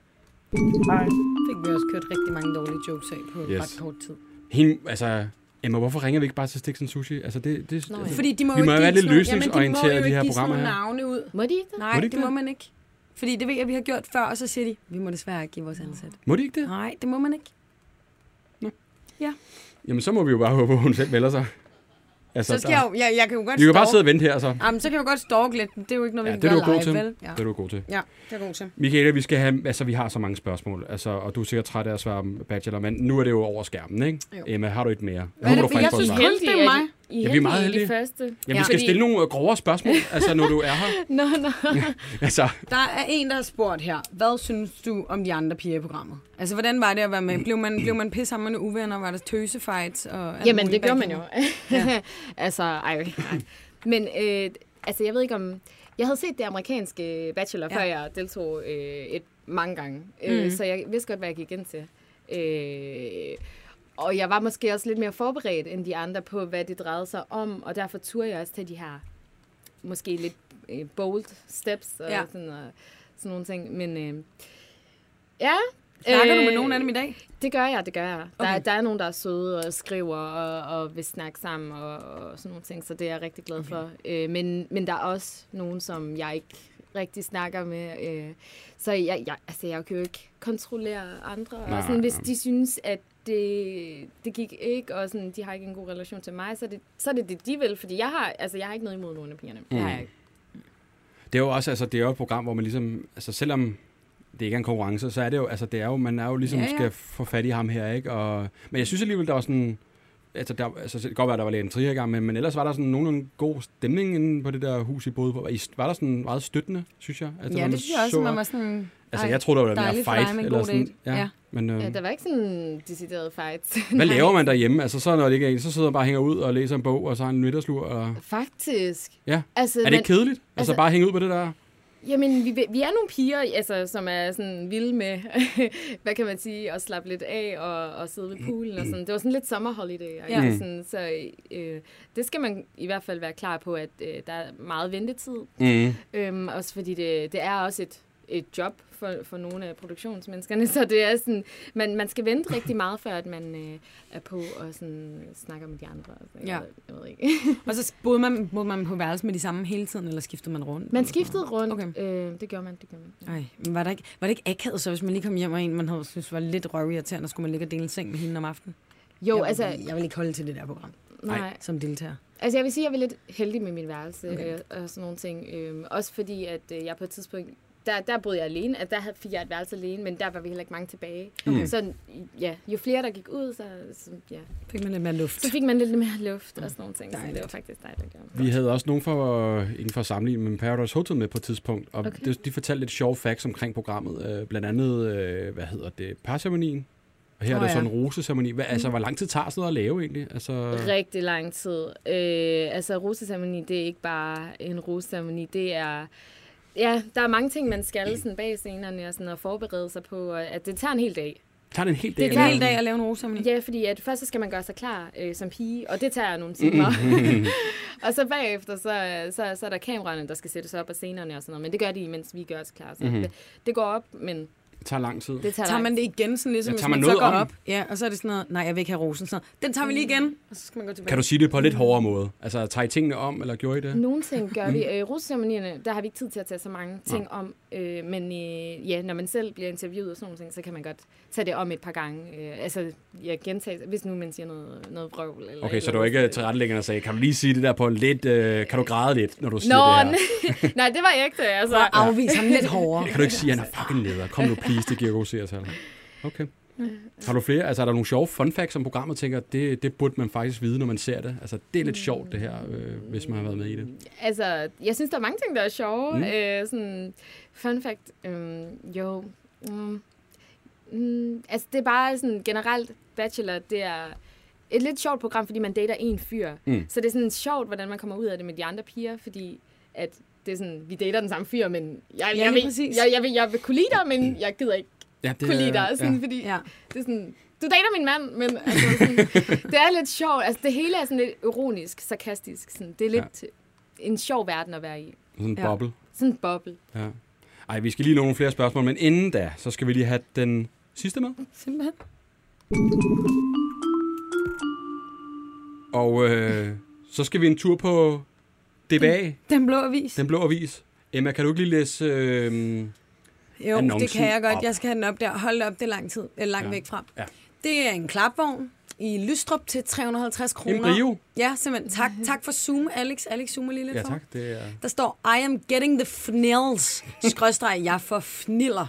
C: Fik vi også kørt rigtig mange dårlige jokes af på
B: Yes.
C: yes. ret kort tid.
B: Hende, altså, Emma, hvorfor ringer vi ikke bare til Stiksen Sushi? Altså, det, det,
C: Nå,
B: altså,
C: Fordi de må
B: vi
C: jo
B: må
C: ikke give
B: være
C: sådan
B: lidt
C: nogle-
B: løsningsorienterede i
C: Jamen,
B: de her
C: de må jo ikke give sådan
B: programmer
C: nogle navne
B: her.
C: ud.
D: Må de ikke det?
C: Nej,
B: Må de
C: det,
B: ikke
C: det må
B: det?
C: man ikke. Fordi det ved jeg, vi har gjort før, og så siger de, vi må desværre ikke give vores ansat.
B: Må de ikke det?
C: Nej, det må man ikke.
B: Jamen, så må vi jo bare håbe, at hun selv melder sig. Altså,
C: Så skal jeg, jo, jeg, jeg kan jo godt
B: Vi kan jo bare
C: stalke-
B: sidde og vente her, så.
C: Jamen, så kan jeg jo godt stalke lidt. Det er jo ikke noget,
B: Ja,
C: vi
B: det
C: kan
B: er du
C: gøre
B: god
C: live,
B: til.
C: vel? Ja.
B: Det er du god til.
C: ja, det er jeg god til.
B: Michaela, vi skal have, altså vi har så mange spørgsmål, altså, og du er sikkert træt af at svare om bachelor, men nu er det jo over skærmen, ikke?
C: Jo.
B: Emma, har du et mere?
C: Hvad er det,
B: håber, du
C: for
B: faktisk
C: jeg
B: får
C: synes
B: et svar.
C: kun, det er mig.
D: I
B: Ja, vi er meget
D: heldige i
B: heldige.
D: det første.
B: Jamen, vi skal
C: fordi-
B: stille nogle øh, grovere spørgsmål, altså når du er her.
D: Nå, nå.
B: Altså,
C: Der er en, der har spurgt her, hvad synes du om de andre piger i programmet? Altså, hvordan var det at være med? Blev man, blev man pissehammerende uvenner? Var der tøsefights? Og alt
D: Jamen,
C: muligt
D: det gjorde man
C: bagefter?
D: jo. altså, ej, okay, nej. Men øh, altså, jeg ved ikke om... Jeg havde set det amerikanske Bachelor,
C: Ja. Mm.
D: ja. før jeg deltog øh, et, mange gange. Øh, så jeg vidste godt, hvad jeg gik ind til. Øh, og jeg var måske også lidt mere forberedt end de andre på, hvad det drejede sig om. Og derfor turde jeg også til de her måske lidt øh, bold steps og,
C: Ja.
D: ja. sådan, og sådan nogle ting. Men øh, ja...
C: Snakker du med
D: øh,
C: nogen af dem i dag?
D: det gør jeg, det gør jeg. Der,
C: Okay.
D: okay. der er nogen, der er søde og skriver og, og vil snakke sammen og, og sådan nogle ting, så det er jeg rigtig glad okay. for. Øh, men, men der er også nogen, som jeg ikke rigtig snakker med. Øh, så jeg, jeg, altså, jeg kan jo ikke kontrollere andre.
B: Nej,
D: og sådan, hvis
B: nej.
D: de synes, at det, det gik ikke, og sådan, de har ikke en god relation til mig, så er det så er det, det, de vil. Fordi jeg har, altså, jeg har ikke noget imod nogen af pigerne. Mm. Det har jeg ikke.
B: det er jo også altså, det er jo et program, hvor man ligesom, altså selvom det ikke er en konkurrence, så er det jo, altså det er jo, man er jo ligesom,
C: Ja,
B: ja,
C: ja.
B: ja. skal få fat i ham her, ikke? Og, men jeg synes alligevel, der var sådan, altså, der, altså det kan godt være, der var lidt en trier i gang, men, men ellers var der sådan nogenlunde god stemning inde på det der hus, I boede på. Var, I, var der sådan meget støttende, synes jeg? Altså,
C: Ja,
B: hvor
C: det synes jeg også,
B: så-
C: man var sådan...
B: Altså,
C: ej,
B: jeg troede, der var mere
C: dejligt for dig
B: fight.
C: med en
B: eller
C: god
B: sådan,
C: date.
B: Ja.
C: Ja.
B: ja. Men øh,
D: Ja, der var ikke sådan decideret fight.
B: hvad laver man derhjemme? Altså, så når det ikke er en, så sidder man bare og hænger ud og læser en bog, og så har en middagslur. Og...
D: Faktisk.
B: Ja.
D: Altså,
B: Er det
D: man-
B: ikke kedeligt? Altså, altså,
D: altså-
B: bare hænge ud på det der?
D: Jamen, vi, vi er nogle piger, altså, som er sådan vilde med, hvad kan man sige, at slappe lidt af og, og sidde ved poolen og sådan. Det var sådan lidt sommerholiday.
C: Ja.
D: Ja. Mm. Sådan, så øh, det skal man i hvert fald være klar på, at øh, der er meget ventetid.
B: Mm.
D: Øhm, også fordi det, det er også et, et job for, for nogle af produktionsmenneskerne, så det er sådan, man, man skal vente rigtig meget, før at man øh, er på og sådan, snakker med de andre. Altså,
C: Ja.
D: jeg, ved, jeg ved ikke.
C: Og så boede man, boede man på værelse med de samme hele tiden, eller skiftede man rundt?
D: Man
C: eller sådan
D: skiftede rundt.
C: Okay.
D: Øh, det gjorde man, det gjorde man.
C: noget? Ej, men var, der ikke, var det ikke akavet så, hvis man lige kom hjem og en, man havde synes var lidt røvirriterende, skulle man ligge og dele en seng med hende om aftenen?
D: Jo,
C: jeg,
D: altså,
C: Vil, jeg vil ikke holde til det der program
D: nej.
C: som deltager.
D: Altså, jeg vil sige, at jeg var lidt heldig med min værelse okay. øh, og sådan nogle ting. Øhm, også fordi, at øh, jeg på et tidspunkt... Der, der boede jeg alene. Altså, der havde- fik jeg et værelse alene, men der var vi heller ikke mange tilbage. Okay. Så ja, jo flere, der gik ud, så, så, ja,
C: Fik man lidt mere luft.
D: så fik man lidt mere luft og sådan nogle ting. Så det var
C: Dejligt.
D: faktisk dejligt. Ja.
B: Vi havde også nogen for, ikke for at sammenligne, men Paradise Hotel med på et tidspunkt, og okay.
D: Okay.
B: de, de fortalte lidt sjove facts omkring programmet. Øh, blandt andet, øh, hvad hedder det, parceremonien. Og her oh,
C: Nå
B: er der
C: ja.
B: sådan en roseceremoni. Hvad, altså, hvor lang tid tager sådan noget at lave egentlig? Altså,
D: Rigtig lang tid. Øh, altså, roseceremoni, det er ikke bare en roseceremoni. Det er... Ja, der er mange ting, man skal sådan bag scenerne og, sådan, og forberede sig på. Og, at det tager en hel dag.
B: tager det en hel dag?
D: Det
C: en
D: tager
B: eller-
C: hel dag at lave en rosamling.
D: Ja, fordi at først så skal man gøre sig klar øh, som pige, og det tager nogle timer. og så bagefter, så, så, så er der kameraerne, der skal sættes op, og scenerne og sådan noget. Men det gør de, mens vi gør os klar. Så
B: Mhm.
D: mm-hmm. det, det går op, men
B: Det tager lang tid.
D: det tager,
C: Tager
D: lang
C: man
D: tid.
C: det igen, sådan ligesom, ja,
B: Ja, tager
C: hvis man, så
B: man noget
C: går
B: om?
C: op. Ja, og så er det sådan noget, nej, jeg vil ikke have rosen. Sådan noget. Den tager vi
D: Mm.
C: lige igen, og så skal man gå tilbage.
B: Kan du sige det på en lidt hårdere måde? Altså, tager I tingene om, eller gjorde I det?
D: Nogle ting gør
B: Mhm.
D: vi. Øh, Russeremonierne, der har vi ikke tid til at tage så mange ting om. Øh, men øh, ja, når man selv bliver interviewet og sådan nogle ting, så kan man godt tage det om et par gange. Øh, altså, jeg gentager, hvis nu man siger noget, noget vrøvl. Eller
B: Okay,
D: et
B: så
D: eller
B: du var
D: andet.
B: ikke tilrettelæggeren og sagde, kan du lige sige det der på en lidt, øh, kan du græde lidt, når du siger
D: Nå,
B: det her?
D: nej, nej, det var jeg ikke det, altså.
C: Afvis ham lidt hårdere.
B: Kan du ikke sige, at han er fucking leder? Kom nu, please, det giver gode seertal. Okay. Har du flere? Altså, er der nogle sjove fun facts, som programmet tænker, det, det burde man faktisk vide, når man ser det? Altså, det er lidt sjovt, det her, øh, hvis man har været med i det.
D: Altså, jeg synes, der er mange ting, der er sjove. Mm. Øh, sådan, fun fact, øh, jo. Mm, mm, altså, det er bare sådan generelt, Bachelor, det er et lidt sjovt program, fordi man dater en fyr.
B: Mm.
D: Mm. Så det er sådan sjovt, hvordan man kommer ud af det med de andre piger, fordi at det er sådan, vi dater den samme fyr, men jeg,
C: Ja,
D: jeg,
C: lige
D: vil,
C: præcis.
D: jeg, jeg, vil, jeg vil kunne lide dig, men jeg gider ikke
B: Ja, Mm. det
D: kunne lide dig. Sådan,
B: ja.
D: fordi
C: Ja.
D: ja. det er sådan, du dater min mand, men altså, sådan, det er lidt sjovt. Altså, det hele er sådan lidt ironisk, sarkastisk. Sådan. Det er lidt ja. en sjov verden at være i.
B: Sådan en
C: Ja.
B: boble.
D: Sådan en boble.
B: Ja. Ej, vi skal lige nå nogle flere spørgsmål, men inden da, så skal vi lige have den sidste med.
D: Simpelthen.
B: Og øh, så skal vi en tur på DBA,
C: Den blå avis.
B: Den Blå Avis. Emma, kan du ikke lige læse... Øh,
C: Jo,
B: annoncen
C: det kan jeg godt.
B: op.
C: Jeg skal have den op der. Hold da op, det er lang tid. Eller langt
B: Ja.
C: ja. væk frem.
B: Ja.
C: Det er en klapvogn i Lystrup til 350 kroner.
B: en Rio?
C: Ja, simpelthen. Tak, tak for Zoom, Alex. Alex zoomer lige lidt
B: Ja
C: for.
B: tak, det er...
C: Der står, I am getting the fnills. Skrødstreg, jeg for fniller.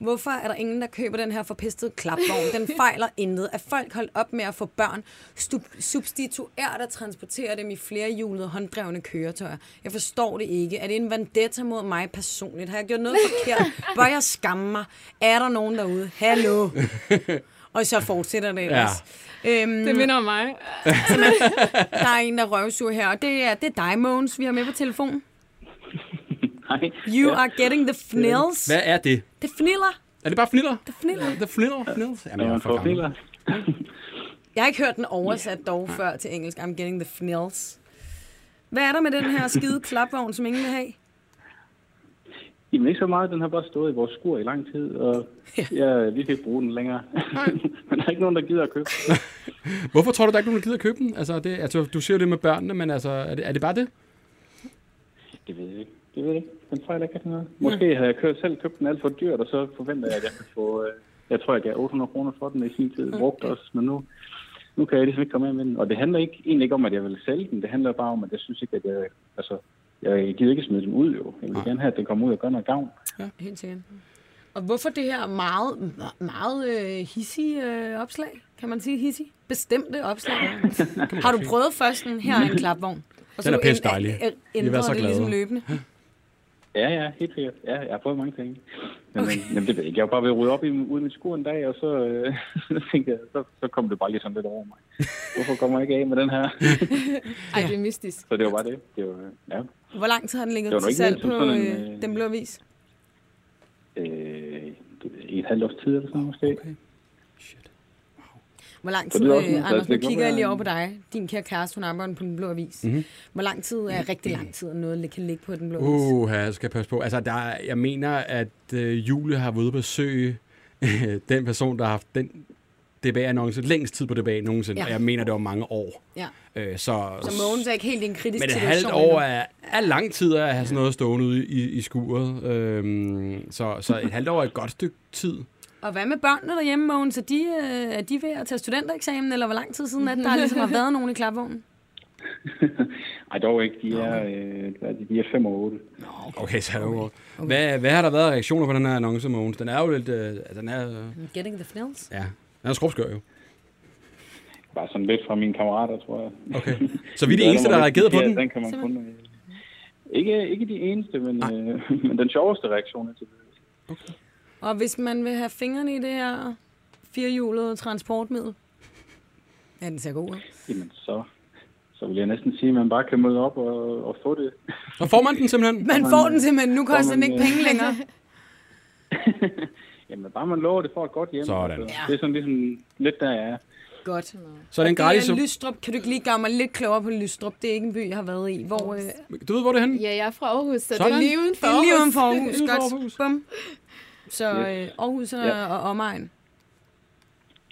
C: Hvorfor er der ingen, der køber den her forpistede klapvogn? Den fejler intet. Er folk holdt op med at få børn? Stup- substituerer der transporterer dem i flerhjulede hånddrevne køretøjer? Jeg forstår det ikke. Er det en vendetta mod mig personligt? Har jeg gjort noget forkert? Bør jeg skamme mig? Er der nogen derude? Hallo? Og så fortsætter det ellers. Ja. Øhm,
D: Det minder om mig.
C: der er en, der røvsuger her, og det er, det er dig, Mogens, vi har med på telefon.
E: Nej.
C: You are getting the fnills.
B: Hvad er det?
C: Det fniller.
B: Er det bare fniller? Det
C: fniller.
B: Det fniller, fniller. Jamen, jeg
E: Ja,
B: er for gammel.
C: Jeg har ikke hørt den oversat dog før til engelsk. I'm getting the fnills. Hvad er der med den her skide klapvogn, som ingen vil have?
E: Jamen ikke så meget. Den har bare stået i vores skur i lang tid, og ja, vi kan ikke bruge den længere. Men der er ikke nogen, der gider at købe den.
B: Hvorfor tror du, der er ikke nogen, der gider købe den? Altså, er det, altså, du ser jo det med børnene, men altså, er det, er det bare det?
E: Det ved jeg ikke. Det ved jeg ikke. Den fejler ikke rigtig noget. Måske havde jeg kørt, selv købt den alt for dyrt, og så forventer jeg, at jeg kan få... Øh, jeg tror, jeg gav 800 kroner for den i sin tid, brugt også, men nu, nu kan jeg ligesom ikke komme af med den. Og det handler ikke, egentlig ikke om, at jeg vil sælge den. Det handler bare om, at jeg synes ikke, at jeg... Altså, jeg gider ikke smide den ud, jo. Jeg vil gerne have, at den kommer ud og gør noget gavn.
C: Helt sikkert. Og hvorfor det her meget, meget øh, hissige øh, opslag? Kan man sige hissige? Bestemte opslag. har du prøvet først den her er en klapvogn? Og
B: Den er
C: du
B: pisse
C: ænd-
B: dejlig.
C: æ- æ-
B: Vi har været
C: ændrede
B: så
C: det ligesom
B: glade.
C: løbende.
E: Ja, ja, helt sikkert. Ja, jeg har prøvet mange ting. Men, okay. men det ved jeg ikke. Jeg var bare ved at rydde op i, ude i mit skur en dag, og så, øh, så tænkte jeg, så, så kom det bare lige sådan lidt over mig. Hvorfor kommer jeg ikke af med den her?
D: Ej, det er mystisk.
E: Så det var bare det. det var, ja.
C: Hvor lang tid har den
E: Det var
C: ligget
E: nu
C: til
E: ikke
C: salg
E: helt som
C: på
E: sådan en,
C: øh,
E: øh,
C: den blå avis?
E: Øh, det ved jeg ikke, et halvt års tid eller sådan noget, måske.
B: Okay. Shit.
C: Hvor lang
E: Så
C: tid,
E: det er også en
C: øh, Anders,
E: plads, det
C: nu
E: kan
C: kigger jeg
E: være
C: lige
E: en-
C: over på dig. Din kære kæreste, hun arbejder på Den Blå Avis. Mm-hmm. Hvor lang tid er rigtig lang tid, at noget kan ligge på Den Blå Avis?
B: Mhm. Uh, jeg skal passe på. Altså, der, er- jeg mener, at øh, Julie har været ude at besøge øh, den person, der har haft den DBA-annonce længst tid på DBA nogensinde. Ja.
C: Ja.
B: Og jeg mener, det var mange år.
C: Ja.
B: Øh, så,
C: Så Mogens er ikke helt i en kritisk
B: Men et
C: situation.
B: halvt år
C: endnu.
B: er, er lang tid at have sådan noget stående ude i, i skuret. Øhm, så, så et halvt år er et godt stykke tid.
C: Og hvad med børnene derhjemme, Mogens? Er de, øh, er de ved at tage studentereksamen, eller hvor lang tid siden, at der ligesom har været nogen i klapvognen?
E: Ej, dog ikke. De er, øh, hvad er de? de er 5 og 8.
B: Okay, så er det okay. Hvad, hvad har der været af reaktioner på den her annonce, Mogens? Den er jo lidt... Øh, den er, øh,
C: Getting the fnills.
B: ja, den er skrubskør jo.
E: Bare sådan lidt fra mine kammerater, tror jeg.
B: Okay. Så vi er de eneste, der har reageret på
E: Ja,
B: den?
E: den kan man kun, øh, ikke, ikke de eneste, men, øh, men den sjoveste reaktion indtil videre.
C: Og hvis man vil have fingrene i det her firehjulede transportmiddel, ja, den ser god ud.
E: Jamen, så, så vil jeg næsten sige, at man bare kan møde op og, og få det.
B: Så får man den simpelthen?
C: Man får den simpelthen. Nu koster den
E: man,
C: ikke
E: øh,
C: penge længere.
E: Jamen, bare man lover det for et godt hjem.
B: Sådan.
E: Altså, Det er sådan ligesom lidt der, jeg er.
C: Godt.
B: Så er den gratis.
C: Det er Lystrup. Kan du ikke lige gøre mig lidt klogere på Lystrup? Det er ikke en by, jeg har været i. Hvor, øh,
B: Du ved, hvor det er henne?
D: Ja, jeg er fra Aarhus, så det
B: Sådan.
D: er lige uden for
C: det er lige uden
D: Aarhus.
C: for Aarhus.
B: Uden for Aarhus.
C: Godt. Bum. Så øh, Aarhus og,
E: Ja.
C: og omegn.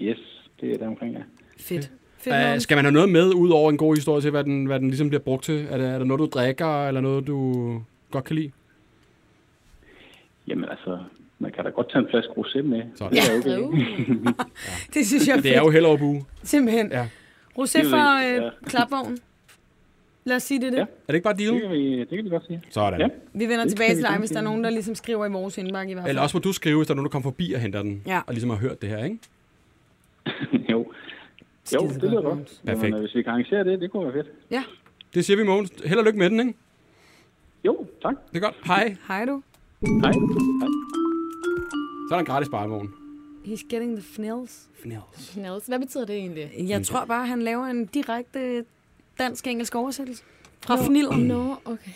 E: Yes, det er der omkring, ja.
C: Fedt. Fedt
B: Uh,
C: Mogens.
B: skal man have noget med ud over en god historie til, hvad den, hvad den ligesom bliver brugt til? Er der, er der noget, du drikker, eller noget, du godt kan lide?
E: Jamen, altså, man kan da godt tage en flaske rosé med.
B: Sådan.
E: Det er okay.
D: Uh,
C: det synes jeg er fedt.
B: Det er jo Hellerup Uge.
C: Simpelthen.
B: Ja.
C: Ja.
E: Det
C: Rosé
E: er
C: fra
E: det, ja.
C: øh, klapvognen. Lad os sige det det. Ja.
E: Ja.
B: Er det ikke bare deal?
E: Det kan, vi, det kan vi godt sige.
B: Sådan.
E: Ja.
C: Vi vender
E: Det
C: tilbage
E: kan
C: til
E: vi
C: dig,
E: godt
C: hvis der er
E: sige.
C: nogen, der ligesom skriver i vores indbakke i hvert fald.
B: Eller også må du skrive, hvis der er nogen, der kommer forbi og henter den,
C: Ja.
B: og ligesom har hørt det her, ikke?
E: jo. Jo,
C: Skidegodt,
E: det lyder
C: Mogens.
E: godt.
B: Perfekt.
E: Men, øh, hvis vi kan arrangere det, det kunne være fedt.
C: Ja,
B: Det siger vi, Mogens. Held og lykke med den, ikke?
E: Jo, tak.
B: Det er godt. Hej.
C: hej du.
E: Hej. Hej.
B: Så er der en gratis bar i morgen.
C: He's getting the fnills.
B: Finals.
D: Knalds. Hvad betyder det egentlig?
B: Mm.
C: Jeg tror bare, han laver en direkte dansk-engelsk oversættelse. Fra fnil.
D: Nå, okay.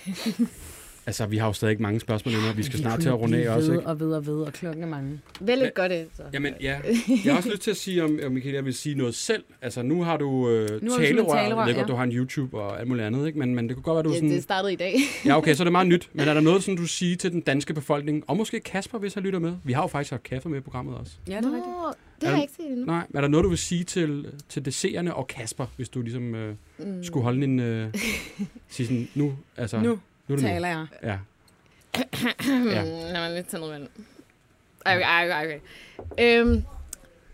B: Altså, vi har jo stadig ikke mange spørgsmål endnu. Vi skal snart til at
C: kunne
B: runde af
C: blive
B: også,
C: ved
B: ikke?
C: og ved og ved, og klokken er mange.
D: Vel et godt efter.
B: Jamen, ja. Jeg har også lyst til at sige, om, om Michael, jeg vil sige noget selv. Altså, nu har du øh,
C: simpelthen
B: talerør.
C: talerør,
B: Jeg ved
C: ja.
B: godt, du har en YouTube og alt muligt andet, ikke? Men, men det kunne godt være, du
D: Ja,
B: sådan...
D: det startede i dag.
B: Ja, okay, så er det meget nyt. Men er der noget, som du siger til den danske befolkning? Og måske Kasper, hvis han lytter med. Vi har jo faktisk haft kaffe med i programmet også.
C: Ja, det
D: Nå,
C: er rigtigt.
D: det har jeg ikke set endnu.
B: Nej, men er der noget, du vil sige til, til DC'erne og Kasper, hvis du ligesom øh, mm. skulle holde en... Øh, sige sådan, nu, altså...
C: Nu
B: nu er det
C: Taler jeg.
B: Ja.
D: ja.
B: Ja.
D: Lad mig lige tage noget vand. Ej, okay, ej, okay, okay. Øhm.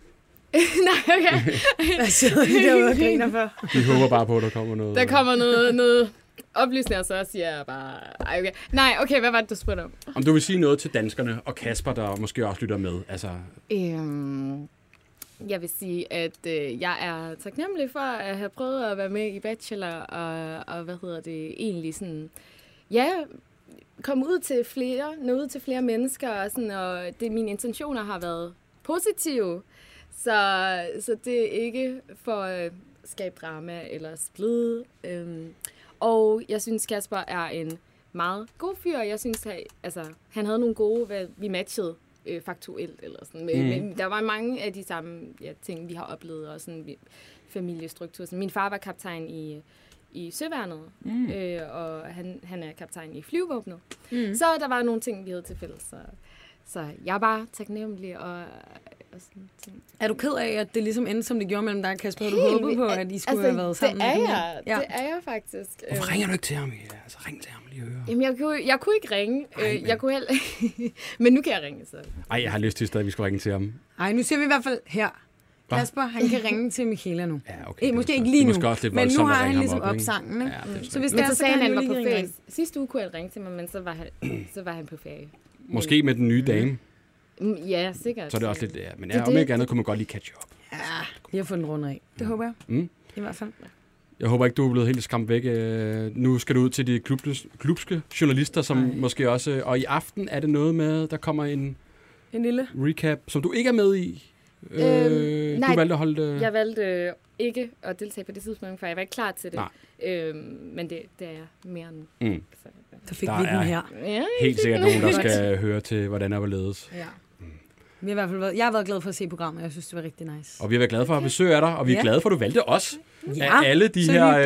D: Nej, okay.
C: Hvad sidder I derude og griner for?
B: Vi håber bare på, at der kommer noget...
D: Der kommer noget, noget oplysning, og så siger jeg bare... Ej, okay. Nej, okay, hvad var det, du spurgte om?
B: Om du vil sige noget til danskerne og Kasper, der måske også lytter med. Altså,
D: Øhm, jeg vil sige, at øh, jeg er taknemmelig for at have prøvet at være med i Bachelor, og, og hvad hedder det, egentlig sådan, ja, komme ud til flere, nå ud til flere mennesker, og, sådan, og det, mine intentioner har været positive. Så, så det er ikke for at skabe drama eller splid. Øhm, og jeg synes, Kasper er en meget god fyr. Jeg synes, han, altså, han havde nogle gode, hvad vi matchede øh, faktuelt. Eller sådan. Men, mm. men der var mange af de samme ja, ting, vi har oplevet, og sådan vi- familiestruktur. Sådan, min far var kaptajn i, i Søværnet, mm. øh, og han, han er kaptajn i flyvevåbnet. Mm. Så der var nogle ting, vi havde til fælles. Så, så jeg er bare taknemmelig og, og sådan ting.
C: Er du ked af, at det ligesom endte, som det gjorde mellem dig og Kasper? Havde Du
D: Helt
C: håbede
D: vildt.
C: på, at I skulle
D: altså,
C: have været sammen?
D: Det er
C: igen?
D: jeg.
C: Ja.
D: Ja. Det er jeg faktisk.
B: hvorfor
D: Øhm,
B: ringer du ikke til ham? Ja, altså, ring til ham lige og høre.
D: Jamen, jeg kunne, jeg kunne ikke ringe.
B: Ej,
D: Ej,
B: men-
D: jeg kunne heller... men nu kan jeg ringe, så.
B: Ej, jeg har lyst til stadig, at vi skal ringe til ham.
C: Ej, nu ser vi i hvert fald her.
B: Hva?
C: Kasper, han kan ringe til Michaela nu.
B: Ja, okay.
C: Okay,
B: det er
C: måske
B: så-
C: ikke
B: det er
C: lige nu,
B: måske også lidt
C: men nu
B: voldsomt at
C: har han
B: ringe ham
C: ligesom
B: op, ikke?
C: opsangen. Ikke?
B: Ja, det er
C: så
B: rigtigt.
C: hvis det
D: Men
C: er,
D: så
C: så
D: sagde
C: kan
D: han,
C: han
D: han
C: jo
D: var
C: lige
D: på
C: ringe
D: ferie.
C: ringe.
D: Sidste uge kunne jeg ringe til mig, men så var han, så var han på ferie.
B: Måske med den nye
C: Mhm.
B: dame,
D: Mm, Ja, sikkert.
B: så er det også lidt... Ja, men
D: Det er
B: ja, om
D: det.
B: ikke andet, kunne man godt lige catch up.
C: Vi har fundet en runde af. Det håber jeg.
B: Mm.
C: I hvert fald.
B: Jeg håber ikke, du er blevet helt skræmt væk. Øh, Nu skal du ud til de klubs, klubske journalister, som Ej. måske også... øh, Og i aften er det noget med, der kommer en
C: En lille.
B: recap, som du ikke er med i. Øh,
C: Øhm,
B: du
D: nej.
B: valgte at holde det...
D: Jeg valgte øh, ikke at deltage på det tidspunkt, for jeg var ikke klar til det.
B: Nej.
D: Øhm, men det, det er jeg mere nu.
B: Mm.
D: Så, ja.
C: Der fik
B: Der
C: vi den
B: er-
C: her.
D: ja.
B: Helt sikkert nogen, der skal høre til, hvordan der var ledes.
C: Ja. Vi har i hvert fald været, jeg har været glad for at se programmet. Jeg synes, det var rigtig nice.
B: Og vi har været glade for at besøge af dig, og vi er
C: Ja.
B: glade for, at du valgte os.
C: Ja,
B: Af alle de
C: så
B: her... Øh,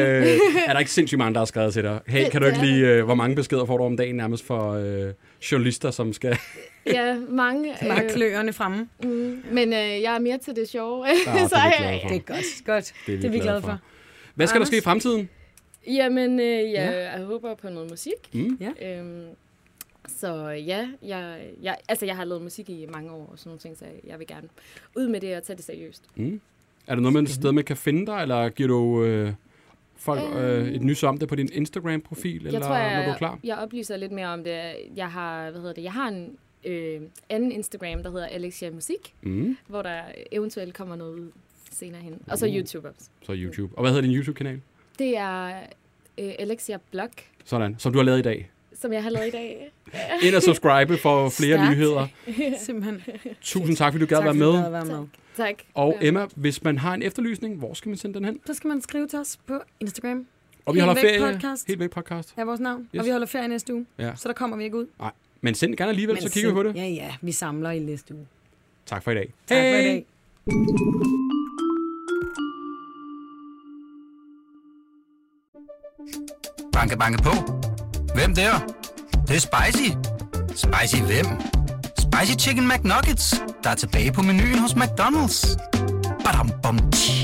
B: er der ikke sindssygt mange, der har skrevet til dig? Hey,
D: Det-
B: kan du ikke
D: det er
B: lige... Øh, hvor mange beskeder får du om dagen nærmest for øh, journalister, som skal...
D: Ja, mange. øh,
C: Bare kløerne fremme.
D: mm, men øh, jeg er mere til det sjove.
B: Ah, det er vi glade for.
C: Det er godt. godt.
B: Det er vi
C: det er vi glade
B: glade
C: for.
B: for. Hvad skal der ske i
C: Anders?
B: fremtiden?
D: Jamen, øh, jeg, ja. jeg håber på noget musik.
B: Mm.
C: Ja.
D: Øhm, så ja, jeg, jeg, altså jeg har lavet musik i mange år og sådan nogle ting, så jeg vil gerne ud med det og tage det seriøst.
B: Er der noget, man et sted, man kan finde dig, eller giver du øh, folk
C: Øhm.
B: øh, et nys om det på din Instagram-profil, eller
D: jeg tror, jeg,
B: når du er klar?
D: jeg oplyser lidt mere om det. Jeg har, hvad hedder det, jeg har en øh, anden Instagram, der hedder Alexia Musik,
B: Mm.
D: hvor der eventuelt kommer noget ud senere hen. Og så YouTube også.
B: Så YouTube. Og hvad hedder din YouTube-kanal?
D: Det er øh, Alexia Blog,
B: Sådan, som du har lavet i dag.
D: som jeg har lavet i dag.
B: Ind og subscribe for flere
C: Stærkt.
B: nyheder.
C: Simpelthen.
B: Tusind tak, fordi du gad
C: Tak,
B: at være
C: fordi du
B: med.
C: gad at være med.
D: Tak.
B: Og
D: Ja.
B: Emma, hvis man har en efterlysning, hvor skal man sende den hen?
C: Så skal man skrive til os på Instagram.
B: Og vi
C: Helt
B: holder
C: væk
B: ferie.
C: podcast.
B: Helt væk podcast.
C: er vores navn. Yes. Og
B: Yes.
C: vi holder ferie næste uge.
B: Ja.
C: Så der kommer vi ikke ud.
B: Nej, men send den gerne alligevel, så kigger vi på det.
C: Ja, ja. Vi samler i næste uge.
B: Tak for i dag.
C: Tak for i dag.
A: Banke, banke på. Hvem der? Det, det er spicy. Spicy hvem? Spicy Chicken McNuggets, der er tilbage på menuen hos McDonald's. Badum, bom, tji.